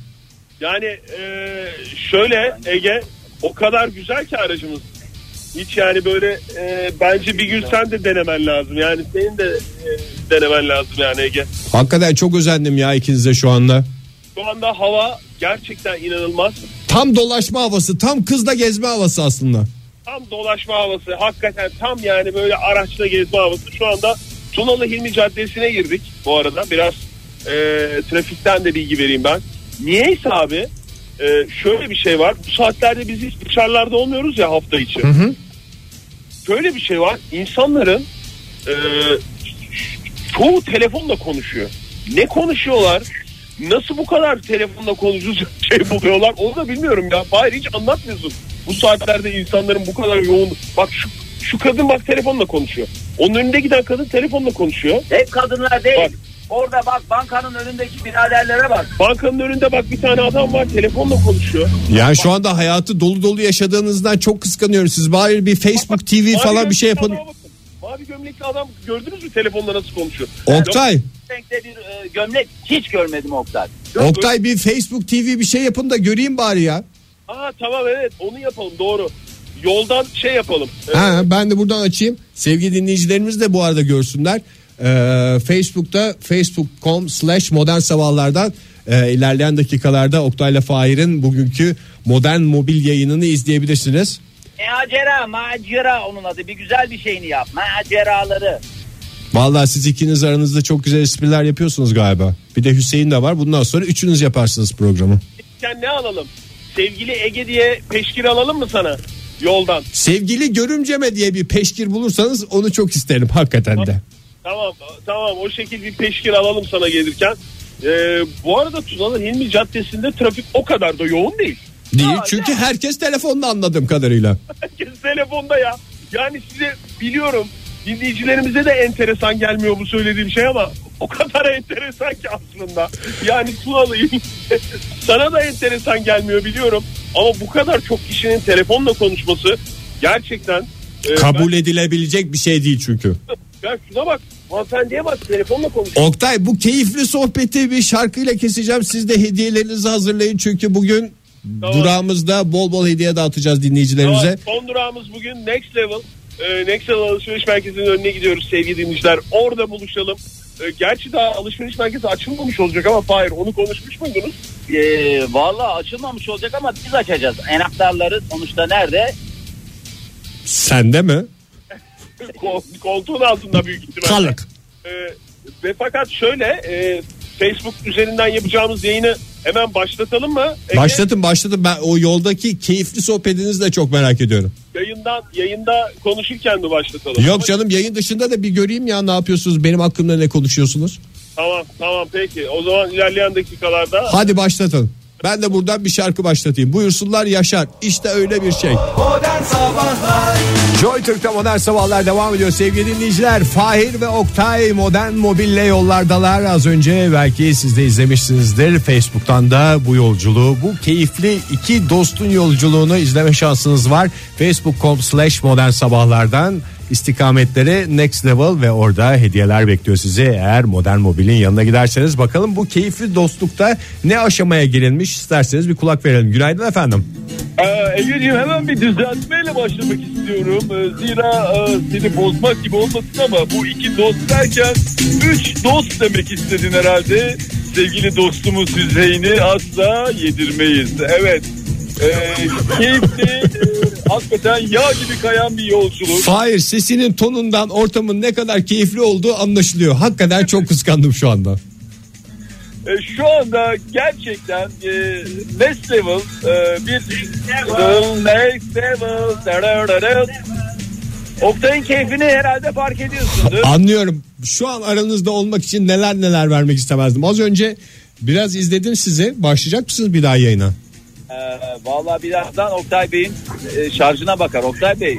Speaker 4: Yani e, şöyle Ege o kadar güzel ki aracımız.
Speaker 11: Hiç yani böyle e, bence bir gün sen de denemen lazım. Yani senin de e, denemen lazım yani Ege.
Speaker 3: Hakikaten çok özendim ya ikinize şu anda.
Speaker 11: Şu anda hava gerçekten inanılmaz.
Speaker 3: Tam dolaşma havası, tam kızla gezme havası aslında.
Speaker 11: Tam dolaşma havası. Hakikaten tam yani böyle araçla gezme havası. Şu anda Tunalı Hilmi Caddesi'ne girdik bu arada. Biraz e, trafikten de bilgi vereyim ben. Niyeyse abi e, şöyle bir şey var. Bu saatlerde biz hiç dışarılarda olmuyoruz ya hafta içi. Şöyle bir şey var. İnsanların e, çoğu telefonla konuşuyor. Ne konuşuyorlar? Nasıl bu kadar telefonla konuşacak şey buluyorlar? Onu da bilmiyorum ya. Hayır hiç anlatmıyorsun. Bu saatlerde insanların bu kadar yoğun... Bak şu, şu kadın bak telefonla konuşuyor. Onun önünde giden kadın telefonla konuşuyor.
Speaker 10: Hep kadınlar değil.
Speaker 11: Bak.
Speaker 10: Orada bak bankanın önündeki biraderlere bak.
Speaker 11: Bankanın önünde bak bir tane adam var telefonla konuşuyor.
Speaker 3: Yani şu anda hayatı dolu dolu yaşadığınızdan çok kıskanıyorum. Siz bari bir Facebook TV
Speaker 11: Mavi
Speaker 3: falan bir şey yapın.
Speaker 11: gömlekli adama bakın. Mavi gömlekli adam gördünüz mü telefonla nasıl konuşuyor?
Speaker 3: Oktay,
Speaker 10: Renkte bir e, gömlek hiç görmedim Oktay.
Speaker 3: Oktay bir Facebook TV bir şey yapın da göreyim bari ya.
Speaker 11: Aa tamam evet onu yapalım doğru. Yoldan şey yapalım. Ee,
Speaker 3: Ha, ben de buradan açayım. Sevgili dinleyicilerimiz de bu arada görsünler. Ee, Facebook'ta facebook.com slash modern sabahlardan e, ilerleyen dakikalarda Oktay'la Fahir'in bugünkü modern mobil yayınını izleyebilirsiniz.
Speaker 10: Macera macera onun adı. Bir güzel bir şeyini yap. Maceraları.
Speaker 3: Vallahi siz ikiniz aranızda çok güzel espriler yapıyorsunuz galiba. Bir de Hüseyin de var. Bundan sonra üçünüz yaparsınız programı.
Speaker 11: Sen Ee, ne alalım? Sevgili Ege diye peşkir alalım mı sana? Yoldan.
Speaker 3: Sevgili görümceme diye bir peşkir bulursanız onu çok isterim hakikaten de.
Speaker 11: Tamam tamam o şekil bir peşkir alalım sana gelirken. Ee, bu arada Tunalı Hilmi Caddesi'nde trafik o kadar da yoğun değil.
Speaker 3: Değil çünkü herkes telefonla anladığım kadarıyla.
Speaker 11: Herkes telefonda ya. Yani size biliyorum dinleyicilerimize de enteresan gelmiyor bu söylediğim şey ama o kadar enteresan ki aslında. Yani Tunalı'yı sana da enteresan gelmiyor biliyorum ama bu kadar çok kişinin telefonla konuşması gerçekten e,
Speaker 3: Kabul edilebilecek bir şey değil çünkü.
Speaker 11: Ben, ya şuna bak hanımefendiye bak telefonla konuşuyor.
Speaker 3: Oktay bu keyifli sohbeti bir şarkıyla keseceğim. Siz de hediyelerinizi hazırlayın çünkü bugün durağımızda bol bol hediye dağıtacağız dinleyicilerimize.
Speaker 11: Evet, son durağımız bugün Next Level. Ee, Next Level alışveriş merkezinin önüne gidiyoruz sevgili dinleyiciler. Orada buluşalım. Ee, gerçi daha alışveriş merkezi açılmamış olacak ama Fahir onu konuşmuş muydunuz?
Speaker 10: E, Valla açılmamış olacak ama biz açacağız. Enaktarları sonuçta nerede?
Speaker 3: Sende mi?
Speaker 11: Ko- Koltuğun altında büyük ihtimalle.
Speaker 3: Kalık.
Speaker 11: Ee, ve fakat şöyle e, Facebook üzerinden yapacağımız yayını hemen başlatalım mı? Ege,
Speaker 3: Başlatın başlatın ben o yoldaki keyifli sohbetinizi de çok merak ediyorum.
Speaker 11: Yayından, yayında konuşurken mi başlatalım? Ama-
Speaker 3: Yok canım yayın dışında da bir göreyim ya ne yapıyorsunuz benim hakkımda ne konuşuyorsunuz.
Speaker 11: Tamam tamam peki. O zaman ilerleyen dakikalarda
Speaker 3: Hadi başlatın. Ben de buradan bir şarkı başlatayım. Buyursunlar Yaşar. İşte öyle bir şey.
Speaker 2: Modern Sabahlar
Speaker 6: Joy Türk'te modern sabahlar devam ediyor sevgili dinleyiciler. Fahir ve Oktay modern mobille yollardalar. Az önce belki siz de izlemişsinizdir. Facebook'tan da bu yolculuğu, bu keyifli iki dostun yolculuğunu izleme şansınız var. Facebook.com slash modern sabahlardan istikametleri next level ve orada hediyeler bekliyor sizi. Eğer modern mobilin yanına giderseniz bakalım bu keyifli dostlukta ne aşamaya girilmiş isterseniz bir kulak verelim. Günaydın efendim.
Speaker 11: Ee, Ege'ciğim hemen bir düzeltmeyle başlamak istiyorum. Ee, Zira e, seni bozmak gibi olmasın ama bu iki dost derken üç dost demek istedin herhalde. Sevgili dostumuz Hüseyin'i asla yedirmeyiz. Evet. Ee, keyifli, e, hakikaten yağ gibi kayan bir yolculuk.
Speaker 3: Hayır sesinin tonundan ortamın ne kadar keyifli olduğu anlaşılıyor. Hakikaten çok kıskandım şu anda.
Speaker 11: E, şu anda gerçekten e, next level e, bir next level dararara.
Speaker 10: Oktay'ın keyfini herhalde fark ediyorsunuz.
Speaker 3: Anlıyorum. Şu an aranızda olmak için neler neler vermek istemezdim. Az önce biraz izledim sizi. Başlayacak mısınız bir daha yayına?
Speaker 10: Ee, Valla birazdan Oktay Bey'in e, şarjına bakar. Oktay Bey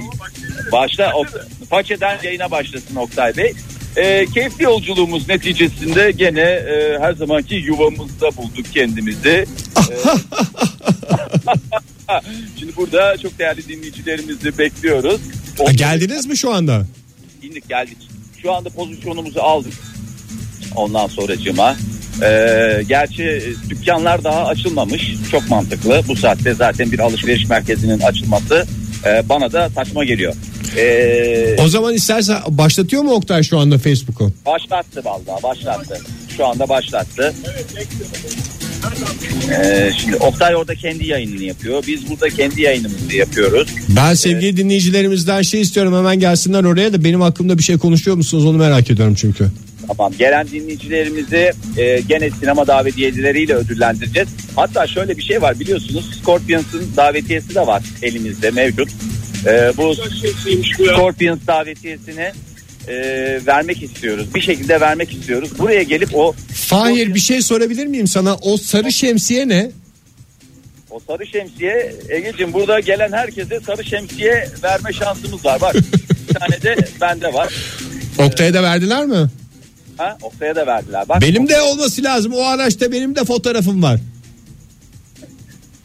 Speaker 10: başla. Ok- Paçeden yayına başlasın Oktay Bey. Ee, keyifli yolculuğumuz neticesinde gene e, her zamanki yuvamızda bulduk kendimizi. Ee, Şimdi burada çok değerli dinleyicilerimizi bekliyoruz.
Speaker 3: Ha, geldiniz mi şu anda?
Speaker 10: İndik geldik. Şu anda pozisyonumuzu aldık. Ondan sonracığıma. Ee, gerçi e, dükkanlar daha açılmamış. Çok mantıklı. Bu saatte zaten bir alışveriş merkezinin açılması Ee, bana da saçma geliyor. Ee,
Speaker 3: O zaman istersen başlatıyor mu Oktay şu anda Facebook'u?
Speaker 10: başlattı vallahi başlattı. Şu anda başlattı. Ee, şimdi Oktay orada kendi yayınını yapıyor. Biz burada kendi yayınımızı yapıyoruz.
Speaker 3: Ben sevgili dinleyicilerimizden şey istiyorum hemen gelsinler oraya da benim hakkımda bir şey konuşuyor musunuz onu merak ediyorum çünkü.
Speaker 10: Tamam. Gelen dinleyicilerimizi e, gene sinema davetiyeleriyle ödüllendireceğiz. Hatta şöyle bir şey var biliyorsunuz Scorpions'ın davetiyesi de var elimizde mevcut. E, bu Scorpions davetiyesini e, vermek istiyoruz. Bir şekilde vermek istiyoruz. Buraya gelip o
Speaker 3: Fahir bir şey sorabilir miyim sana o sarı şemsiye ne?
Speaker 10: o sarı şemsiye Ege'cim burada gelen herkese sarı şemsiye verme şansımız var. Bak bir tane de bende var.
Speaker 3: Oktay'a da verdiler mi?
Speaker 10: Ha, Oktay'a da verdiler. Bak,
Speaker 3: Benim de olması lazım o araçta benim de fotoğrafım var.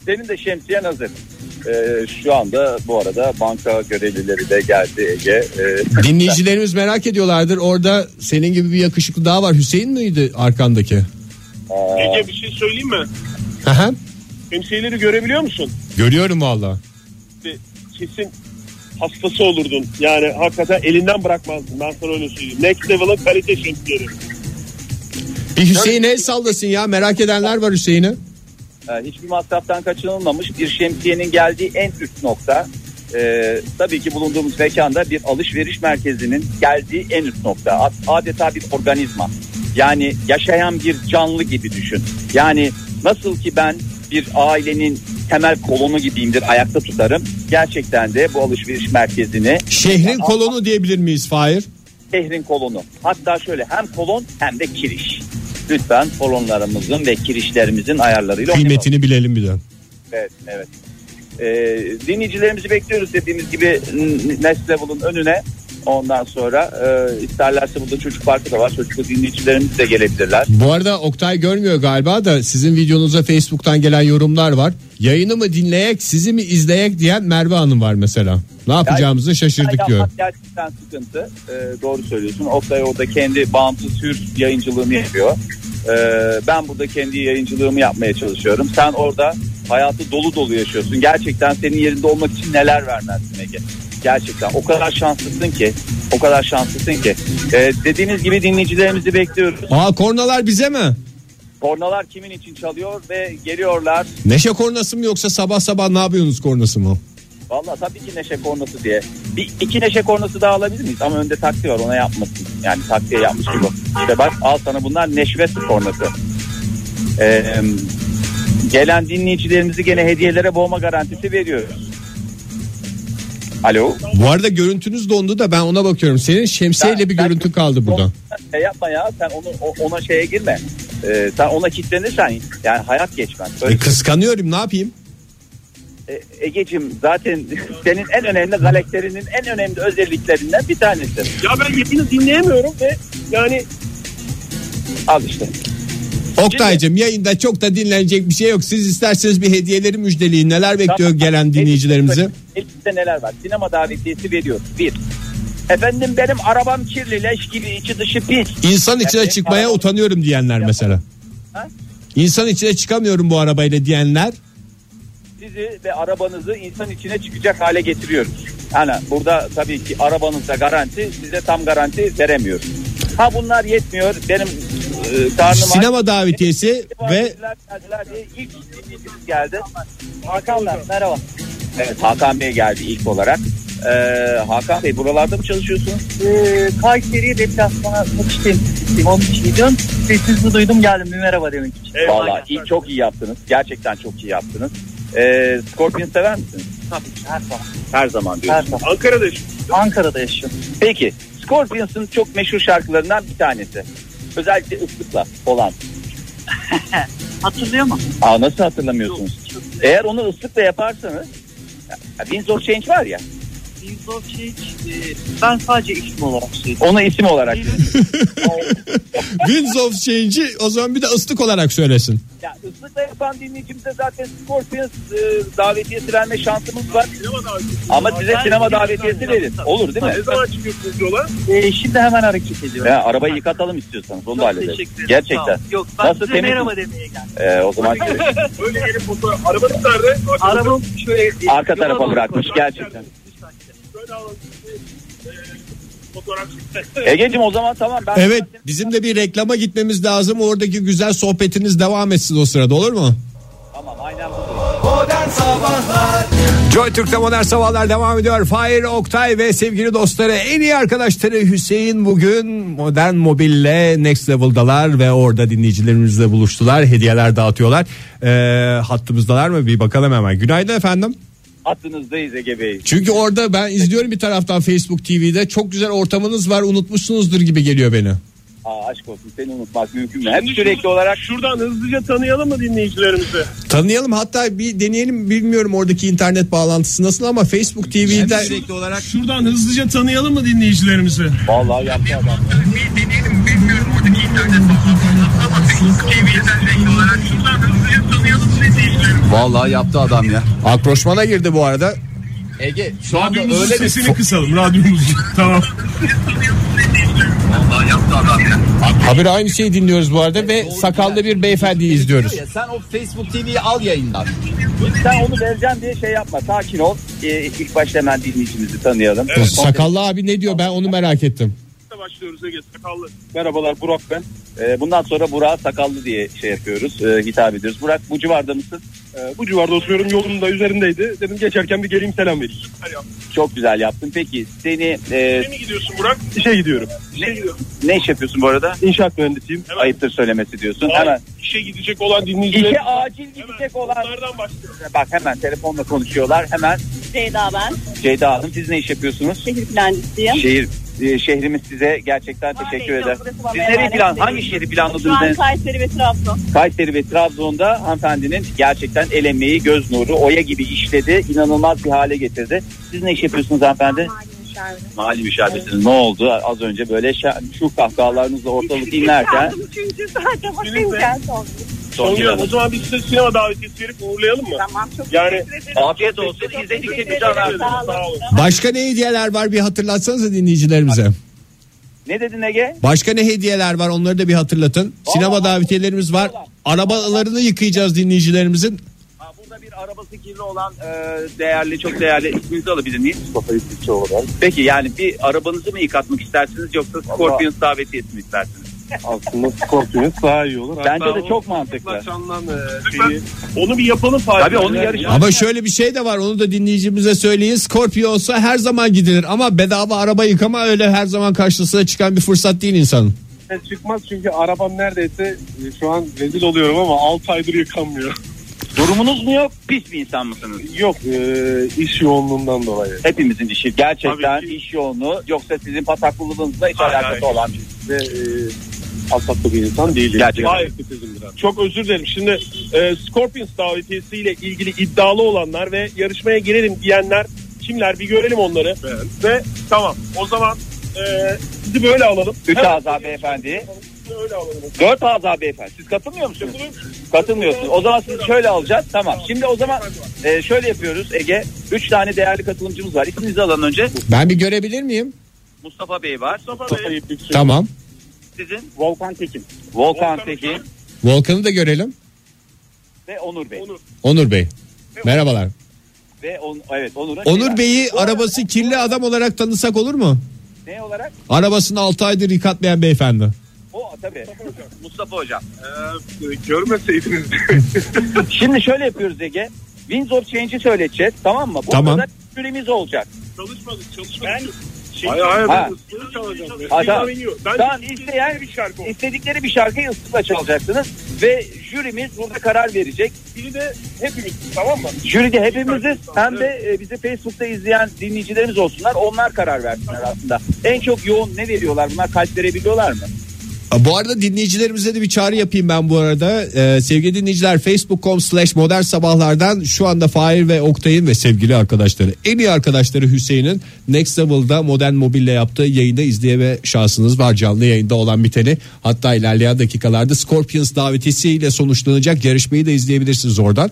Speaker 10: Senin de şemsiyen hazır. Ee, şu anda bu arada banka görevlileri de geldi Ege. Ee,
Speaker 3: Dinleyicilerimiz merak ediyorlardır orada senin gibi bir yakışıklı daha var Hüseyin miydi arkandaki?
Speaker 11: Ege bir şey söyleyeyim mi?
Speaker 3: Hı hı.
Speaker 11: Şemsiyeleri görebiliyor musun?
Speaker 3: Görüyorum valla.
Speaker 11: Bir- Kesin hastası olurdun. Yani hakikaten elinden bırakmazdın. Ben sana öyle söyleyeyim. Next level'ın kalite şemsiyeleri.
Speaker 3: Bir Hüseyin el sallasın ya merak edenler var Hüseyin'i.
Speaker 10: e, hiçbir masraftan kaçınılmamış bir şemsiyenin geldiği en üst nokta. Ee, tabii ki bulunduğumuz mekanda bir alışveriş merkezinin geldiği en üst nokta. A- Adeta bir organizma. Yani yaşayan bir canlı gibi düşün. Yani nasıl ki ben bir ailenin temel kolonu gibiyimdir ayakta tutarım. Gerçekten de bu alışveriş merkezini
Speaker 3: Şehrin kolonu diyebilir miyiz Fahir?
Speaker 10: şehrin kolonu. Hatta şöyle hem kolon hem de kiriş. Lütfen kolonlarımızın ve kirişlerimizin ayarlarıyla oynayalım.
Speaker 3: Kıymetini bilelim bir de.
Speaker 10: Evet, evet. Ee, dinleyicilerimizi bekliyoruz dediğimiz gibi n- Next Level'ın önüne. Ondan sonra e, isterlerse burada çocuk parkı da var. Çocuklu dinleyicilerimiz de gelebilirler.
Speaker 3: Bu arada Oktay görmüyor galiba da sizin videonuza Facebook'tan gelen yorumlar var. Yayını mı dinleyek sizi mi izleyek diyen Merve Hanım var mesela. Ne yapacağımızı şaşırdık
Speaker 10: Yapmak
Speaker 3: diyor.
Speaker 10: Gerçekten sıkıntı. Ee, doğru söylüyorsun. Oktay orada kendi bağımsız hür yayıncılığını yapıyor. Ee, ben burada kendi yayıncılığımı yapmaya çalışıyorum. Sen orada hayatı dolu dolu yaşıyorsun. Gerçekten senin yerinde olmak için neler vermezsin Ege. Gerçekten o kadar şanslısın ki. O kadar şanslısın ki. Ee, dediğiniz gibi dinleyicilerimizi bekliyoruz.
Speaker 3: Aa kornalar bize mi?
Speaker 10: Kornalar kimin için çalıyor ve geliyorlar.
Speaker 3: Neşe kornası mı yoksa sabah sabah ne yapıyorsunuz kornası mı?
Speaker 10: Vallahi tabii ki neşe kornası diye. Bir, iki neşe kornası daha alabilir miyiz? Ama önde taktiği var ona yapmasın. Yani taktiğe yapmış gibi. İşte bak al sana bunlar neşvet kornası. Ee, gelen dinleyicilerimizi gene hediyelere boğma garantisi veriyoruz. Alo.
Speaker 3: Bu arada görüntünüz dondu da ben ona bakıyorum. Senin şemsiyeyle bir
Speaker 10: Ben-
Speaker 3: görüntü kaldı burada.
Speaker 10: Şey yapma ya sen onu o- ona şeye girme. Ee, sen ona kilitlenirsen yani hayat geçmez. Böyle-
Speaker 3: E, kıskanıyorum ne yapayım?
Speaker 10: E, Egeciğim zaten senin en önemli karakterinin en önemli özelliklerinden bir tanesi.
Speaker 11: Ya ben yayını dinleyemiyorum ve yani
Speaker 10: Al işte.
Speaker 3: Oktay'cım yayında çok da dinlenecek bir şey yok. Siz isterseniz bir hediyeleri müjdeleyin. Neler bekliyor gelen dinleyicilerimizi?
Speaker 10: Elimizde neler var? Sinema davetiyesi veriyoruz. Bir. Efendim benim arabam kirli leş gibi içi dışı pis.
Speaker 3: İnsan içine
Speaker 10: Yani-
Speaker 3: çıkmaya utanıyorum diyenler mesela.
Speaker 10: Ha?
Speaker 3: İnsan içine çıkamıyorum bu arabayla diyenler.
Speaker 10: Sizi ve arabanızı insan içine çıkacak hale getiriyoruz. Yani burada tabii ki arabanızda garanti size tam garanti veremiyoruz. Ha bunlar yetmiyor. Benim e, karnım
Speaker 3: Sinema davetiyesi ve
Speaker 10: Geldiler, geldiler diye ilk dinleyicimiz geldi. Hakan Bey merhaba. Evet Hakan Bey geldi ilk olarak. Ee, Hakan Bey buralarda mı çalışıyorsunuz?
Speaker 12: Ee, Kayseri deplasmana gittim. Limon pişirdim. Sesinizi duydum geldim bir merhaba demek için.
Speaker 10: Valla iyi, çok iyi yaptınız. Gerçekten çok iyi yaptınız. Ee, Scorpion sever misiniz?
Speaker 12: Tabii ki her zaman.
Speaker 10: Her zaman
Speaker 12: Her
Speaker 10: diyorsunuz.
Speaker 12: zaman.
Speaker 11: Ankara'da yaşıyorum.
Speaker 12: Ankara'da yaşıyorum.
Speaker 10: Peki Scorpions'ın çok meşhur şarkılarından bir tanesi. Özellikle ıslıkla olan.
Speaker 12: Hatırlıyor musun?
Speaker 10: Aa, nasıl hatırlamıyorsunuz?
Speaker 12: Çok- çok-
Speaker 10: Eğer onu ıslıkla yaparsanız ya, Winds of Change var ya.
Speaker 12: Livzovçik e, ben sadece isim olarak söyledim.
Speaker 10: Ona isim olarak.
Speaker 3: Winds of Change'i o zaman bir de ıslık olarak söylesin.
Speaker 10: ya ıslıkla yapan dinleyicimize zaten Scorpions e, davetiyesi verme şansımız var. Ama size sinema davetiyesi verin. Olur değil mi?
Speaker 11: şey Ne zaman çıkıyorsunuz yola?
Speaker 12: E, şimdi hemen hareket ediyorum.
Speaker 10: Ya, arabayı yıkatalım istiyorsanız onu da
Speaker 12: Çok
Speaker 10: halledelim.
Speaker 12: teşekkür ederim. Sağ
Speaker 10: Gerçekten.
Speaker 12: olun. Yok ben
Speaker 10: Nasıl
Speaker 12: size
Speaker 10: temiz
Speaker 12: merhaba demeye geldim.
Speaker 10: Ee, o zaman
Speaker 11: Böyle gelip fotoğraf. Arabanız nerede?
Speaker 12: Arabam şöyle.
Speaker 10: arka tarafa bırakmış gerçekten.
Speaker 11: Böyle alın. Ee, Fotoğraf çıktı.
Speaker 10: Egeciğim o zaman tamam ben
Speaker 3: Evet bizim de bir reklama gitmemiz lazım. Oradaki güzel sohbetiniz devam etsin o sırada olur mu?
Speaker 10: tamam aynen bu.
Speaker 2: Modern Sabahlar
Speaker 3: Joy Türk'te modern sabahlar devam ediyor. Fahir Oktay ve sevgili dostları en iyi arkadaşları Hüseyin bugün modern mobille Next Level'dalar ve orada dinleyicilerimizle buluştular. Hediyeler dağıtıyorlar. Ee, hattımızdalar mı bir bakalım hemen. Günaydın efendim.
Speaker 10: Hattınızdayız Ege Bey.
Speaker 3: Çünkü orada ben izliyorum bir taraftan Facebook TV'de. Çok güzel ortamınız var unutmuşsunuzdur gibi geliyor beni.
Speaker 10: Aa, aşk olsun seni unutmak mümkün mü? Hem sürekli olarak
Speaker 11: Şuradan hızlıca tanıyalım mı dinleyicilerimizi?
Speaker 3: Tanıyalım hatta bir deneyelim bilmiyorum oradaki internet bağlantısı nasıl ama Facebook TV'de
Speaker 11: olarak. Şuradan hızlıca tanıyalım mı dinleyicilerimizi?
Speaker 10: vallahi yaptı adam.
Speaker 5: Vallahi yaptı adam ya.
Speaker 3: akroşmana girdi bu arada.
Speaker 5: Ege şu anda
Speaker 11: Radyomuzun
Speaker 5: öyle bir
Speaker 11: sesini kısalım radyomuzu. tamam.
Speaker 3: Habire aynı şeyi dinliyoruz bu arada ve sakallı bir beyefendiyi izliyoruz.
Speaker 5: Ya sen o Facebook TV'yi al yayından.
Speaker 10: Sen onu vereceğim diye şey yapma. Sakin ol. Ee, ilk başta hemen dinleyicimizi tanıyalım.
Speaker 3: Sakallı abi ne diyor ben onu merak ettim.
Speaker 11: Başlıyoruz Ege Sakallı.
Speaker 10: Merhabalar Burak ben. Ee, bundan sonra Burak'a sakallı diye şey yapıyoruz. e, hitap ediyoruz. Burak bu civarda mısın?
Speaker 11: Ee, bu civarda oturuyorum yolum da üzerimdeydi. Dedim geçerken bir geleyim selam vereyim.
Speaker 10: Çok güzel yaptın. Peki seni e,
Speaker 11: mi gidiyorsun Burak? İşe gidiyorum. İşe gidiyorum.
Speaker 10: ne iş yapıyorsun bu arada?
Speaker 11: İnşaat mühendisiyim. Hemen
Speaker 10: Ayıptır söylemesi diyorsun.
Speaker 11: Ay-
Speaker 10: Hemen.
Speaker 11: işe gidecek olan dinleyiciler.
Speaker 10: İşe acil gidecek olan.
Speaker 11: Onlardan başlıyoruz.
Speaker 10: Bak hemen telefonla konuşuyorlar. Hemen
Speaker 13: Ceyda ben.
Speaker 10: Ceyda Hanım siz ne iş yapıyorsunuz?
Speaker 13: Şehir plancısıyım.
Speaker 10: Şehir e, şehrimiz size gerçekten
Speaker 13: Vallahi
Speaker 10: teşekkür
Speaker 13: yok,
Speaker 10: eder.
Speaker 13: burası bana
Speaker 10: Siz nereye
Speaker 13: emanet
Speaker 10: plan,
Speaker 13: değil.
Speaker 10: hangi şehri
Speaker 13: Şu an
Speaker 10: planladınız?
Speaker 13: Kayseri ve Trabzon.
Speaker 10: Kayseri ve Trabzon'da hanımefendinin gerçekten el emeği, göz nuru, oya gibi işledi. inanılmaz bir hale getirdi. Siz ne iş yapıyorsunuz hanımefendi? Mali müşavirsiniz. Ne oldu? Az önce böyle şa- şu kahkahalarınızla ortalık inlerken
Speaker 13: Çünkü zaten
Speaker 11: Günün sen-
Speaker 13: bakınken son.
Speaker 10: Songül
Speaker 11: O
Speaker 10: Hanım.
Speaker 11: zaman biz size sinema davetiyesi verip uğurlayalım mı?
Speaker 13: Tamam çok
Speaker 11: Yani-
Speaker 13: teşekkür ederim.
Speaker 10: Afiyet olsun. İzledikçe bizi ararsınız.
Speaker 13: Sağ olun.
Speaker 11: Sağ olun.
Speaker 3: Başka ne hediyeler var bir hatırlatsanıza dinleyicilerimize.
Speaker 10: Ne dedin Ege?
Speaker 3: Başka ne hediyeler var onları da bir hatırlatın. Sinema davetiyelerimiz var. Arabalarını yıkayacağız dinleyicilerimizin.
Speaker 10: Ha, Burada bir arabası kirli olan e, değerli, çok değerli isminizi alabilir miyiz? Peki yani bir arabanızı mı yıkatmak istersiniz yoksa Scorpions davetiyesi mi istersiniz?
Speaker 11: Aslında Scorpions daha iyi olur.
Speaker 10: Bence de çok mantıklı.
Speaker 11: Onu bir yapalım Fahri.
Speaker 10: Tabii onun yarışması.
Speaker 3: Ama şöyle bir şey de var onu da dinleyicimize söyleyin. Scorpio olsa her zaman gidilir ama bedava araba yıkama öyle her zaman karşısına çıkan bir fırsat değil insanın.
Speaker 11: çıkmaz çünkü arabam neredeyse e, şu an rezil oluyorum ama 6 aydır yıkanmıyor.
Speaker 10: Durumunuz mu yok? Pis bir insan mısınız?
Speaker 11: Yok e, iş yoğunluğundan dolayı.
Speaker 10: Hepimizin işi. Gerçekten
Speaker 11: Tabii ki.
Speaker 10: iş yoğunluğu yoksa sizin pataklılığınızla hiç
Speaker 11: Hayır,
Speaker 10: alakası olan bir şey
Speaker 11: Ve alçaklı bir insan değilim.
Speaker 10: Gerçekten.
Speaker 11: Hayır. Çok özür dilerim. Şimdi e, Scorpions davetiyesiyle ilgili iddialı olanlar ve yarışmaya girelim diyenler kimler bir görelim onları. Ve tamam o zaman e, sizi böyle alalım.
Speaker 10: Üç
Speaker 11: Hemen
Speaker 10: Azam
Speaker 11: sizi
Speaker 10: beyefendi.
Speaker 11: Böyle alalım.
Speaker 10: Dört Azam beyefendi. Siz katılmıyor musunuz? Katılmıyorsunuz. O zaman sizi şöyle alacağız. Tamam. Şimdi o zaman e, şöyle yapıyoruz Ege. Üç tane değerli katılımcımız var. İsminizi alan önce
Speaker 3: Ben bir görebilir miyim?
Speaker 10: Mustafa Bey var. Mustafa Bey.
Speaker 3: Tamam.
Speaker 10: Sizin? Volkan Tekin. Volkan
Speaker 11: Volkan
Speaker 10: Tekin
Speaker 3: Volkan'ı da görelim.
Speaker 10: ve Onur Bey.
Speaker 3: Onur Bey. Merhabalar.
Speaker 10: Ve on, evet Onur'un şey var.
Speaker 3: Onur Bey'i arabası kirli adam olarak tanısak olur mu?
Speaker 10: Ne olarak?
Speaker 3: Arabasını 6 aydır yıkatmayan beyefendi.
Speaker 10: O tabii. Mustafa Hocam.
Speaker 11: Ee, görmeseydiniz.
Speaker 10: Şimdi şöyle yapıyoruz Ege. Winds of Change'i söyleteceğiz tamam mı? Bu
Speaker 3: Tamam.
Speaker 10: kadar süremiz olacak.
Speaker 11: çalışmadık çalışmadık. Ben şey, hayır hayır
Speaker 10: Ha.
Speaker 11: ben ıslığı çalacağım.
Speaker 10: Ha, tamam.
Speaker 11: Ben
Speaker 10: Tamam, isteyen-
Speaker 11: bir şarkı olsun.
Speaker 10: İstedikleri bir şarkıyı ıslıkla çalacaksınız ve jürimiz burada karar verecek.
Speaker 11: Biri de hepimiz tamam mı?
Speaker 10: Jüri de hepimiziz hem de e, bizi Facebook'ta izleyen dinleyicilerimiz olsunlar. Onlar karar versinler aslında. En çok yoğun ne veriyorlar bunlar? Kalp verebiliyorlar mı?
Speaker 3: Bu arada dinleyicilerimize de bir çağrı yapayım ben bu arada. Ee, sevgili dinleyiciler facebook.com slash modern sabahlardan şu anda Fahir ve Oktay'ın ve sevgili arkadaşları en iyi arkadaşları Hüseyin'in Next Level'da modern mobille yaptığı yayını izleyeme şansınız var. Canlı yayında olan biteni hatta ilerleyen dakikalarda Scorpions davetisiyle sonuçlanacak yarışmayı da izleyebilirsiniz oradan.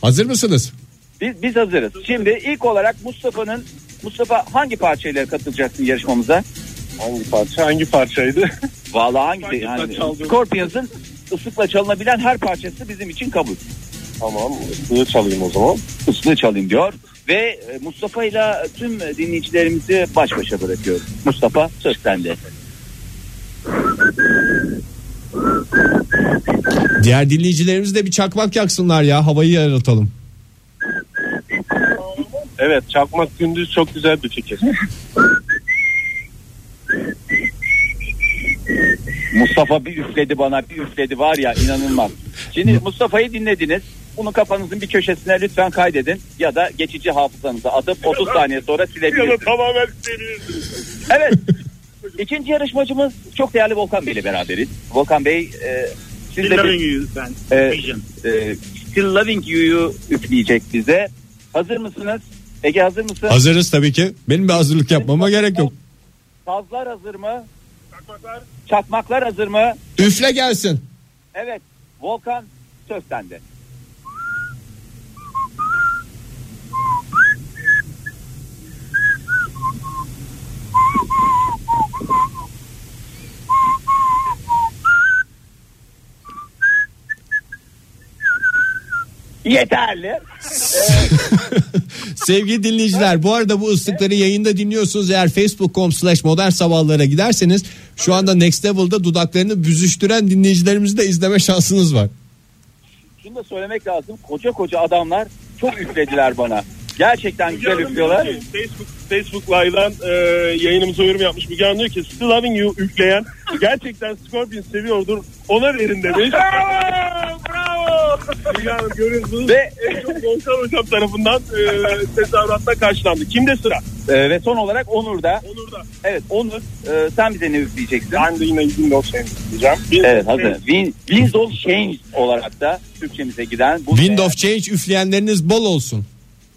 Speaker 3: Hazır mısınız?
Speaker 10: Biz, biz hazırız. Şimdi ilk olarak Mustafa'nın Mustafa hangi parçayla katılacaksın yarışmamıza?
Speaker 11: Hangi parça? Hangi parçaydı?
Speaker 10: Vallahi hangi
Speaker 11: Hangi
Speaker 10: yani
Speaker 11: parça aldın?
Speaker 10: Scorpions'ın ıslıkla çalınabilen her parçası bizim için kabul.
Speaker 11: tamam. Bunu çalayım o zaman.
Speaker 10: Islığı çalayım diyor ve e, Mustafa ile tüm dinleyicilerimizi baş başa bırakıyor. Mustafa söz sende.
Speaker 3: Diğer dinleyicilerimiz de bir çakmak yaksınlar ya havayı yaratalım.
Speaker 11: Evet çakmak gündüz çok güzel bir fikir.
Speaker 10: Mustafa bir üfledi bana bir üfledi var ya inanılmaz. Şimdi Mustafa'yı dinlediniz. Bunu kafanızın bir köşesine lütfen kaydedin ya da geçici hafızanıza atıp 30 saniye sonra silebilirsiniz.
Speaker 11: tamamen seni.
Speaker 10: Evet. İkinci yarışmacımız çok değerli Volkan Bey ile beraberiz. Volkan Bey e, siz de bir,
Speaker 14: ben.
Speaker 11: Ee,
Speaker 10: e, e, Still Loving You'yu üfleyecek bize. Hazır mısınız? Ege hazır mısın?
Speaker 3: Hazırız tabii ki. Benim bir hazırlık yapmama gerek yok.
Speaker 10: Sazlar hazır mı? Çakmaklar hazır mı?
Speaker 3: Üfle gelsin.
Speaker 10: Evet. Volkan söz sende. Yeterli.
Speaker 3: Sevgili dinleyiciler bu arada bu ıslıkları yayında dinliyorsunuz. Eğer facebook.com slash modern sabahlara giderseniz şu anda Next Level'da dudaklarını büzüştüren dinleyicilerimizi de izleme şansınız var.
Speaker 10: Şunu da söylemek lazım. Koca koca adamlar çok üflediler bana. Gerçekten
Speaker 11: şey
Speaker 10: güzel üflüyorlar.
Speaker 11: Facebook, Facebook Live'dan e, yayınımıza yorum yapmış. Müge Hanım diyor ki Still Loving You üfleyen gerçekten Scorpion seviyordur. Ona verin demiş. bravo! Bravo! Müge Hanım görüyorsunuz.
Speaker 10: Ve-
Speaker 11: Ve çok Volkan Hocam tarafından e, tezahüratta karşılandı. Kimde sıra?
Speaker 10: Ee, ve son olarak Onur da.
Speaker 11: Onur'da.
Speaker 10: Evet Onur e, sen bize ne üfleyeceksin?
Speaker 11: Ben de yine Windows Shane diyeceğim.
Speaker 10: Evet hazır. Win, Winds of Change olarak da Türkçemize giden. Bu
Speaker 3: Wind of Change üfleyenleriniz bol olsun.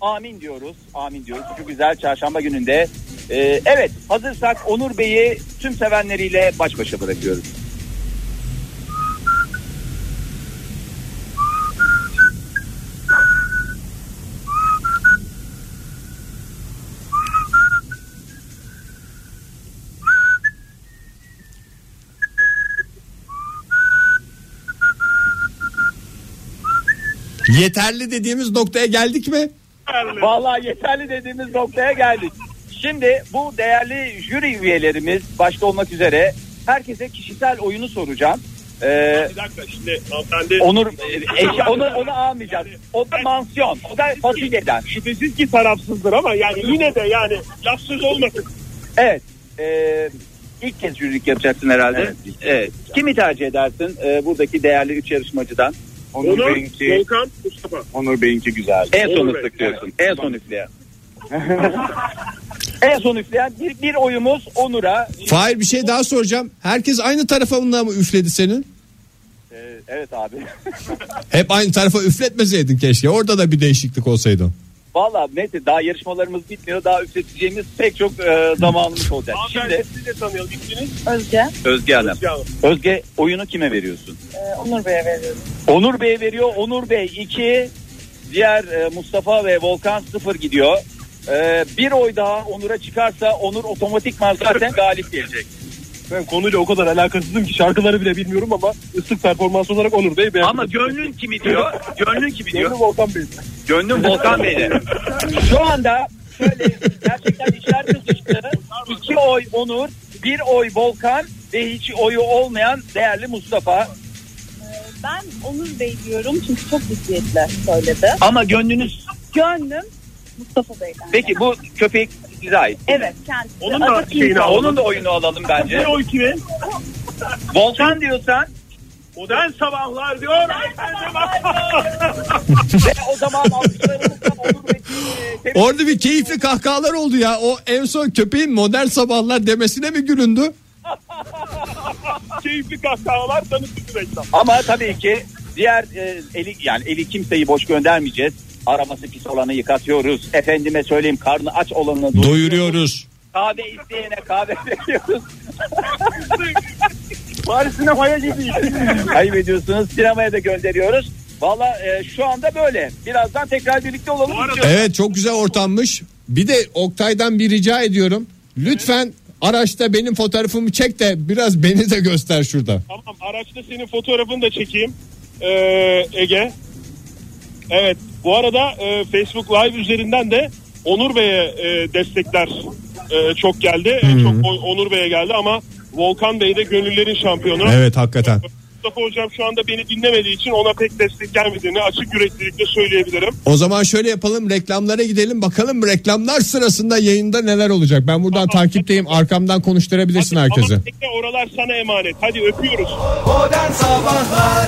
Speaker 10: Amin diyoruz. Amin diyoruz. Şu güzel çarşamba gününde. Ee, evet hazırsak Onur Bey'i tüm sevenleriyle baş başa bırakıyoruz.
Speaker 3: Yeterli dediğimiz noktaya geldik mi?
Speaker 10: Vallahi yeterli dediğimiz noktaya geldik. Şimdi bu değerli jüri üyelerimiz başta olmak üzere herkese kişisel oyunu soracağım. Ee,
Speaker 11: Bir dakika şimdi hanımefendi.
Speaker 10: Onur e, eşya- onu onu almayacağız. O da mansiyon. O da fasulyeden.
Speaker 11: Şüphesiz ki tarafsızdır ama yani yine de yani lafsız olmasın.
Speaker 10: Evet. E, ilk kez jürilik yapacaksın herhalde. Evet. Kimi tercih edersin e, buradaki değerli üç yarışmacıdan?
Speaker 11: Onur, Volkan, Mustafa.
Speaker 14: Onur Bey'inki güzel.
Speaker 10: En son
Speaker 11: Onur Bey.
Speaker 10: ıslık diyorsun. En son üfleyen. en son üfleyen bir, bir oyumuz Onur'a.
Speaker 3: Fahir bir şey daha soracağım. Herkes aynı tarafından mı üfledi senin?
Speaker 10: E, evet abi.
Speaker 3: Hep aynı tarafa üfletmeseydin keşke. Orada da bir değişiklik olsaydı.
Speaker 10: Valla neyse daha yarışmalarımız bitmiyor. Daha üfleteceğimiz pek çok e, zamanımız olacak. Şimdi
Speaker 11: Hanımefendi sizi de tanıyalım. İsminiz?
Speaker 13: Özge.
Speaker 10: Özge Hanım.
Speaker 11: Müge Hanım.
Speaker 10: Özge oyunu kime veriyorsun?
Speaker 13: Ee, Onur Bey'e veriyorum.
Speaker 10: Onur Bey veriyor. Onur Bey 2. Diğer e, Mustafa ve Volkan 0 gidiyor. E, bir oy daha Onur'a çıkarsa Onur otomatikman zaten galip gelecek.
Speaker 11: Ben konuyla o kadar alakasızım ki şarkıları bile bilmiyorum ama ıslık performansı olarak Onur Bey beğendim.
Speaker 10: Ama gönlün kimi diyor? Gönlün kimi diyor?
Speaker 11: Gönlüm Volkan Bey.
Speaker 10: Gönlün Volkan Bey'de. Şu anda şöyle gerçekten işler kızıştı. İki oy Onur, bir oy Volkan ve hiç oyu olmayan değerli Mustafa.
Speaker 13: E, Ben Onur Bey diyorum çünkü çok ciddiyetle söyledi.
Speaker 10: Ama gönlünüz...
Speaker 13: Gönlüm Mustafa Bey'den.
Speaker 10: Peki bu köpek size ait.
Speaker 13: Evet kendisi.
Speaker 11: Onun da
Speaker 13: Atatürk
Speaker 11: şeyini al.
Speaker 10: Onun da oyunu alalım bence.
Speaker 11: Ne o kime?
Speaker 10: Volkan diyorsan
Speaker 11: Modern sabahlar diyor.
Speaker 10: ve e, o zaman alkışlarımızla Onur Bey, e, tebrik
Speaker 3: Orada bir keyifli kahkahalar oldu ya. O en son köpeğin modern sabahlar demesine mi gülündü?
Speaker 11: keyifli kahkahalar tanıtıcı reklam.
Speaker 10: Ama tabii ki diğer e, eli yani eli kimseyi boş göndermeyeceğiz. Araması pis olanı yıkatıyoruz. Efendime söyleyeyim karnı aç olanını doyuruyoruz.
Speaker 3: Doyuruyoruz.
Speaker 10: Kahve isteyene kahve veriyoruz. Bari sinemaya gidin. Kaybediyorsunuz. Sinemaya da gönderiyoruz. Valla e, şu anda böyle. Birazdan tekrar birlikte olalım.
Speaker 3: Evet çok güzel ortammış. Bir de Oktay'dan bir rica ediyorum. Lütfen araçta benim fotoğrafımı çek de biraz beni de göster şurada.
Speaker 11: Tamam araçta senin fotoğrafını da çekeyim. Ee, Ege. Evet bu arada e, Facebook Live üzerinden de Onur Bey'e e, destekler e, çok geldi. En çok o- Onur Bey'e geldi ama Volkan Bey de gönüllerin şampiyonu.
Speaker 3: Evet hakikaten.
Speaker 11: Mustafa Hocam şu anda beni dinlemediği için ona pek destek gelmediğini açık yüreklilikle söyleyebilirim.
Speaker 3: O zaman şöyle yapalım reklamlara gidelim bakalım reklamlar sırasında yayında neler olacak. Ben buradan takipteyim arkamdan konuşturabilirsin herkese.
Speaker 11: Ama tekne oralar sana emanet. Hadi öpüyoruz.
Speaker 2: Modern Sabahlar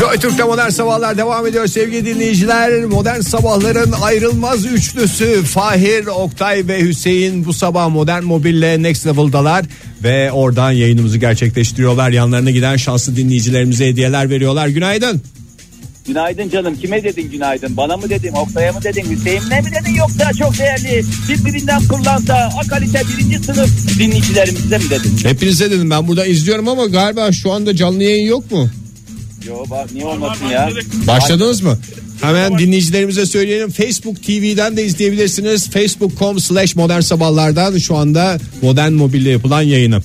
Speaker 6: Joy Türk'te modern sabahlar devam ediyor sevgili dinleyiciler. Modern sabahların ayrılmaz üçlüsü Fahir, Oktay ve Hüseyin bu sabah modern mobille Next Level'dalar. Ve oradan yayınımızı gerçekleştiriyorlar. Yanlarına giden şanslı dinleyicilerimize hediyeler veriyorlar. Günaydın.
Speaker 10: Günaydın canım. Kime dedin günaydın? Bana mı dedin? Oktay'a mı dedin? Hüseyin'le mi dedin? Yoksa çok değerli birbirinden pırlanta akalite birinci sınıf dinleyicilerimize mi dedin?
Speaker 3: Hepinize dedim ben burada izliyorum ama galiba şu anda canlı yayın yok mu?
Speaker 10: Yo bak niye olmasın ya?
Speaker 3: Başladınız mı? Hemen dinleyicilerimize söyleyelim. Facebook TV'den de izleyebilirsiniz. Facebook.com slash modern sabahlardan şu anda modern mobilde yapılan yayını.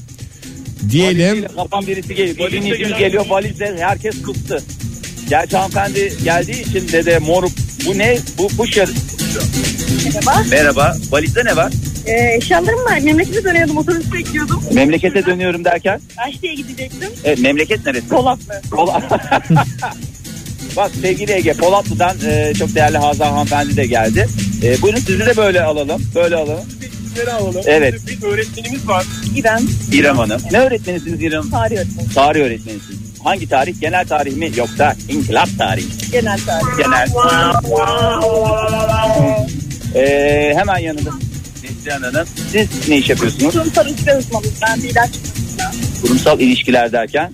Speaker 3: Diyelim.
Speaker 10: Kafam birisi geliyor. Bir
Speaker 11: Valizle
Speaker 10: dinleyicimiz
Speaker 11: gelen-
Speaker 10: geliyor valizle herkes kıstı. Gerçi hanımefendi geldiği için dede moruk bu ne? Bu pusher.
Speaker 13: Merhaba.
Speaker 10: Merhaba. Valizde ne var?
Speaker 13: Ee, eşyalarım var. Memlekete dönüyordum. Otobüs bekliyordum.
Speaker 10: Memlekete dönüyorum derken.
Speaker 13: Aşçıya gidecektim.
Speaker 10: E, memleket neresi?
Speaker 13: Polatlı.
Speaker 10: Polat. Bak sevgili Ege Polatlı'dan e, çok değerli Hazan hanımefendi de geldi. E, buyurun sizi de böyle alalım. Böyle alalım.
Speaker 11: Geri alalım.
Speaker 10: Evet.
Speaker 11: Bir öğretmenimiz var.
Speaker 13: İrem.
Speaker 10: İrem Hanım. Ne öğretmenisiniz İrem?
Speaker 13: Tarih öğretmeni.
Speaker 10: Tarih öğretmenisiniz. Hangi tarih? Genel tarih mi yoksa inkılap tarihi? mi?
Speaker 13: Genel tarih.
Speaker 10: Genel. E, hemen yanında Neslihan Hanım. Siz ne iş yapıyorsunuz?
Speaker 13: Kurumsal ilişkiler uzmanıyım. Ben bir ilaç uzmanıyım.
Speaker 10: Kurumsal ilişkiler derken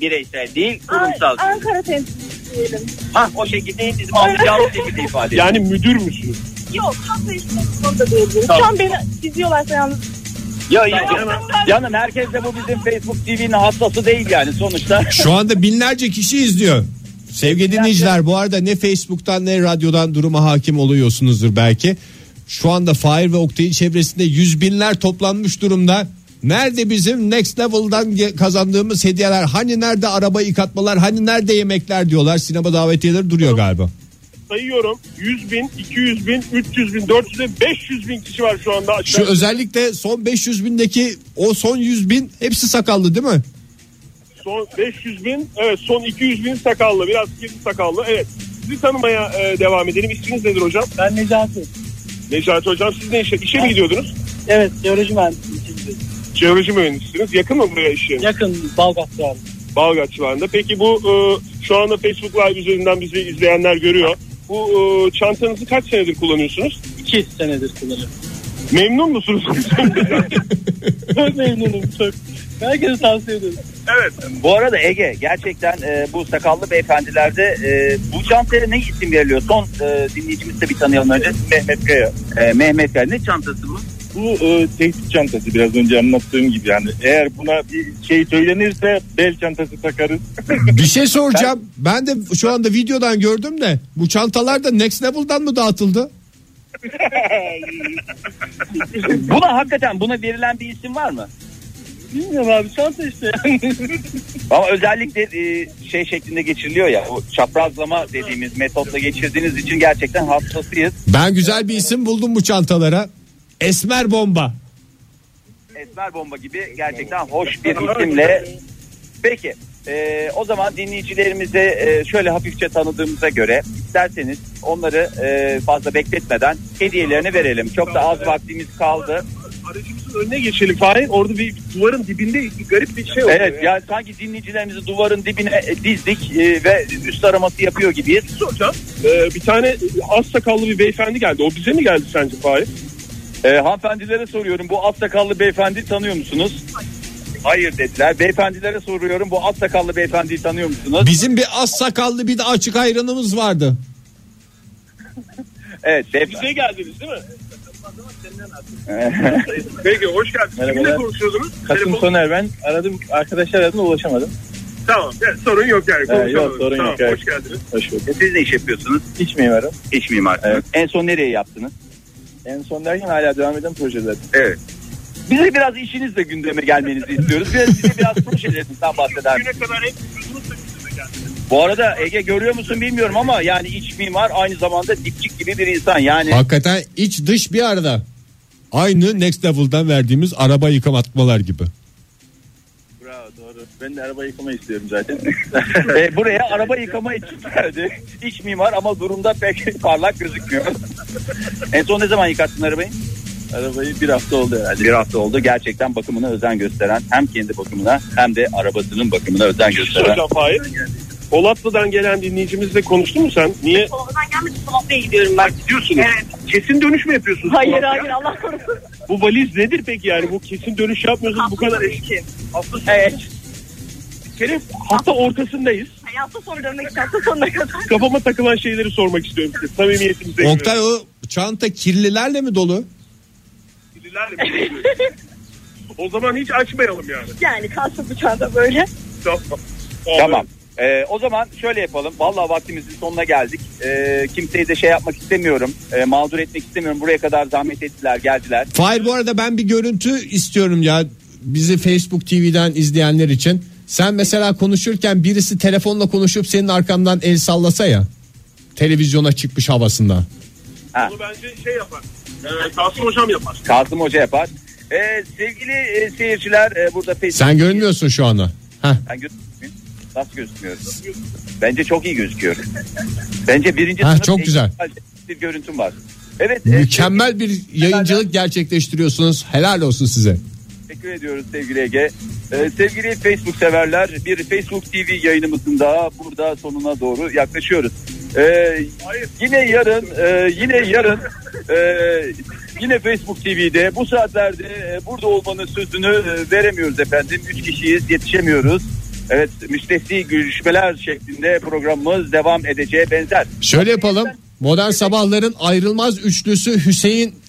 Speaker 10: bireysel değil kurumsal.
Speaker 13: An- Ankara temsilcisi diyelim.
Speaker 10: Ha o şekilde bizim anlayacağımız şekilde ifade
Speaker 11: Yani müdür müsünüz?
Speaker 13: Yok. Hasta ilişkiler uzmanı da diyebilirim. Şu an beni izliyorlarsa yalnız.
Speaker 10: Ya, ya, canım herkes de bu bizim Facebook TV'nin hastası değil yani sonuçta.
Speaker 3: Şu anda binlerce kişi izliyor. Sevgili dinleyiciler bu arada ne Facebook'tan ne radyodan duruma hakim oluyorsunuzdur belki. Şu anda Fahir ve Oktay'ın çevresinde yüz binler toplanmış durumda. Nerede bizim Next Level'dan ge- kazandığımız hediyeler? Hani nerede araba yıkatmalar? Hani nerede yemekler diyorlar? Sinema davetiyeleri duruyor galiba.
Speaker 11: sayıyorum. 100 bin, 200 bin, 300 bin, 400 bin, 500 bin kişi var şu anda.
Speaker 3: Şu özellikle son 500 bindeki o son 100 bin hepsi sakallı değil mi?
Speaker 11: Son 500 bin, evet son 200 bin sakallı. Biraz kirli sakallı. Evet. Sizi tanımaya e, devam edelim. İsminiz nedir hocam?
Speaker 12: Ben Necati.
Speaker 11: Necati hocam siz ne işe, işe mi gidiyordunuz?
Speaker 12: Evet jeoloji mühendisiyim.
Speaker 11: Jeoloji mühendisisiniz. Yakın mı buraya iş yeriniz?
Speaker 12: Yakın Balgat yani.
Speaker 11: Balgat civarında. Peki bu e, şu anda Facebook Live üzerinden bizi izleyenler görüyor. Bu e, çantanızı kaç senedir kullanıyorsunuz?
Speaker 12: İki senedir kullanıyorum.
Speaker 11: Memnun musunuz?
Speaker 12: Çok memnunum çok. Herkese tavsiye ederim.
Speaker 11: evet.
Speaker 10: bu arada Ege gerçekten e, bu sakallı beyefendilerde e, bu çantaya ne isim veriliyor? Son e, dinleyicimizi de bir tanıyalım önce. Mehmet Kaya. E, Mehmet Kaya ne çantası bu?
Speaker 11: Bu e, tehdit çantası biraz önce anlattığım gibi yani eğer buna bir şey söylenirse bel çantası takarız.
Speaker 3: Bir şey soracağım. Ben de şu anda videodan gördüm de bu çantalar da Next Level'dan mı dağıtıldı?
Speaker 10: Buna hakikaten buna verilen bir isim var mı?
Speaker 12: Bilmiyorum abi çanta işte.
Speaker 10: Ama özellikle e, şey şeklinde geçiriliyor ya o çaprazlama dediğimiz metotla geçirdiğiniz için gerçekten hastasıyız.
Speaker 3: Ben güzel bir isim buldum bu çantalara. Esmer bomba.
Speaker 10: Esmer bomba gibi gerçekten hoş bir isimle. Peki e, o zaman dinleyicilerimize e, şöyle hafifçe tanıdığımıza göre isterseniz onları e, fazla bekletmeden hediyelerini verelim. Çok da az vaktimiz kaldı.
Speaker 11: Aracımızın önüne geçelim Fahir. Orada bir duvarın dibinde garip bir şey
Speaker 10: Evet yani sanki dinleyicilerimizi duvarın dibine e, dizdik e, ve üst araması yapıyor gibiyiz.
Speaker 11: hocam. e, bir tane az sakallı bir beyefendi geldi. O bize mi geldi sence Fahir?
Speaker 10: Ee, E, hanımefendilere soruyorum bu az sakallı beyefendi tanıyor musunuz? Hayır dediler. Beyefendilere soruyorum bu at sakallı beyefendiyi tanıyor musunuz?
Speaker 3: Bizim bir az sakallı bir de açık hayranımız vardı.
Speaker 10: Evet.
Speaker 11: Bize geldiniz değil mi? Peki hoş geldiniz. Kiminle
Speaker 10: Merhabalar.
Speaker 11: konuşuyordunuz?
Speaker 10: Kasım Soner ben aradım arkadaşlar aradım da ulaşamadım.
Speaker 11: Tamam. evet, sorun yok yani.
Speaker 10: Ee, yok,
Speaker 11: konuşalım.
Speaker 10: sorun
Speaker 11: tamam,
Speaker 10: yok, evet.
Speaker 11: Hoş geldiniz. E,
Speaker 10: Hoş bulduk. Siz ne iş yapıyorsunuz? İç mimarım. İç mimarsınız. En son nereye yaptınız? En son derken hala devam eden projeler. Evet. Bize biraz işinizle gündeme gelmenizi istiyoruz. Biraz bize biraz projelerinizden bahseder misiniz?
Speaker 11: kadar hep
Speaker 10: Bu arada Ege görüyor musun bilmiyorum ama yani iç mimar aynı zamanda dipçik gibi bir insan. Yani
Speaker 3: Hakikaten iç dış bir arada. Aynı Next Level'dan verdiğimiz araba yıkamatmalar gibi.
Speaker 10: Bravo doğru. Ben de araba yıkama istiyorum zaten. e, buraya araba yıkama için geldi. İç mimar ama durumda pek parlak gözükmüyor. en son ne zaman yıkattın arabayı? Arabayı bir hafta oldu herhalde. Bir hafta oldu. Gerçekten bakımına özen gösteren hem kendi bakımına hem de arabasının bakımına özen gösteren.
Speaker 11: Hocam hayır. şey Polatlı'dan gelen dinleyicimizle konuştun mu sen? Niye?
Speaker 13: Oradan gelmiş Polatlı'ya gidiyorum ben.
Speaker 11: Gidiyorsunuz. Kesin dönüş mü yapıyorsunuz?
Speaker 13: Hayır
Speaker 11: Polatlı'ya?
Speaker 13: hayır Allah korusun.
Speaker 11: Bu valiz nedir peki yani? Bu kesin dönüş yapmıyorsunuz bu kadar eşit.
Speaker 13: eski.
Speaker 11: Evet. Kerem hafta ortasındayız.
Speaker 13: Hayatta sonra dönmek için hafta sonuna kadar.
Speaker 11: Kafama takılan şeyleri sormak istiyorum size. Samimiyetimize.
Speaker 3: Oktay o çanta kirlilerle mi dolu?
Speaker 11: Kirlilerle mi konuşuyoruz? şey o zaman hiç açmayalım yani.
Speaker 13: Yani kalsın bıçağında böyle.
Speaker 11: Tamam.
Speaker 10: Tamam. Ee, o zaman şöyle yapalım. Vallahi vaktimizin sonuna geldik. Ee, kimseyi de şey yapmak istemiyorum. Ee, mağdur etmek istemiyorum. Buraya kadar zahmet ettiler, geldiler.
Speaker 3: Fahir bu arada ben bir görüntü istiyorum ya bizi Facebook TV'den izleyenler için. Sen mesela konuşurken birisi telefonla konuşup senin arkamdan el sallasa ya. Televizyona çıkmış havasında.
Speaker 11: Onu bence şey yapar. Ee, Kasım Hocam yapar.
Speaker 10: Kasım Hoca şey yapar. Ee, sevgili e, seyirciler e, burada Facebook-
Speaker 3: Sen görünmüyorsun şu anda. Heh.
Speaker 10: Ben gözükmüyorum. Nasıl gözükmüyoruz? Bence çok iyi gözüküyor. Bence birinci
Speaker 3: Ha,
Speaker 10: sınıf
Speaker 3: çok
Speaker 10: eğitim
Speaker 3: güzel.
Speaker 10: halde bir görüntüm var. Evet. e,
Speaker 3: Mükemmel bir yayıncılık gerçekleştiriyorsunuz. Helal olsun size.
Speaker 10: Teşekkür ediyoruz sevgili Ege. Ee, sevgili Facebook severler bir Facebook TV yayınımızın daha burada sonuna doğru yaklaşıyoruz. Ee, yine yarın e, yine yarın e, yine Facebook TV'de bu saatlerde e, burada olmanın sözünü e, veremiyoruz efendim. Üç kişiyiz yetişemiyoruz. Evet müstesni görüşmeler şeklinde programımız devam edeceğe benzer.
Speaker 3: Şöyle yapalım. Modern Sabahların ayrılmaz üçlüsü Hüseyin'le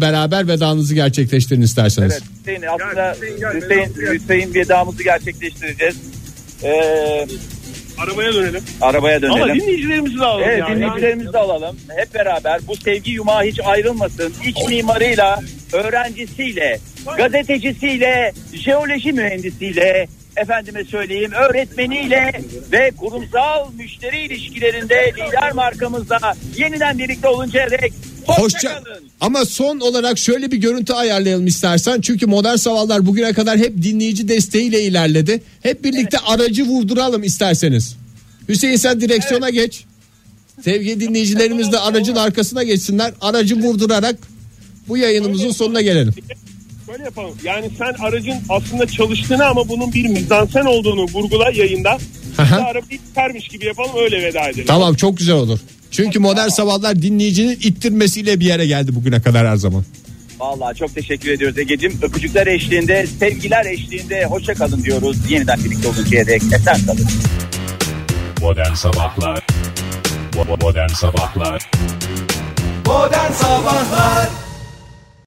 Speaker 3: beraber vedanızı gerçekleştirin isterseniz.
Speaker 10: Evet Hüseyin aslında Hüseyin, Hüseyin vedamızı gerçekleştireceğiz. Ee,
Speaker 11: Arabaya dönelim.
Speaker 10: arabaya dönelim.
Speaker 11: Ama dinleyicilerimizi de alalım.
Speaker 10: Evet
Speaker 11: yani.
Speaker 10: dinleyicilerimizi de alalım. Hep beraber bu sevgi yumağı hiç ayrılmasın. İç mimarıyla, öğrencisiyle, gazetecisiyle, jeoloji mühendisiyle, efendime söyleyeyim öğretmeniyle ve kurumsal müşteri ilişkilerinde lider markamızla yeniden birlikte oluncaya dek
Speaker 3: Hoşça
Speaker 10: hoşçakalın.
Speaker 3: ama son olarak şöyle bir görüntü ayarlayalım istersen. Çünkü modern sabahlar bugüne kadar hep dinleyici desteğiyle ilerledi. Hep birlikte aracı vurduralım isterseniz. Hüseyin sen direksiyona geç. Sevgili dinleyicilerimiz de aracın arkasına geçsinler. Aracı vurdurarak bu yayınımızın sonuna gelelim.
Speaker 11: Böyle yapalım. Yani sen aracın aslında çalıştığını ama bunun bir mizansen olduğunu vurgula yayında. Biz de
Speaker 3: Aha.
Speaker 11: arabayı termiş gibi yapalım öyle veda edelim.
Speaker 3: Tamam çok güzel olur. Çünkü modern sabahlar dinleyicinin ittirmesiyle bir yere geldi bugüne kadar her zaman.
Speaker 10: Vallahi çok teşekkür ediyoruz Ege'cim. Öpücükler eşliğinde, sevgiler eşliğinde hoşçakalın diyoruz. Yeniden birlikte oluncaya dek esen kalın.
Speaker 15: Modern Sabahlar Bo- bo- Modern Sabahlar
Speaker 16: Modern Sabahlar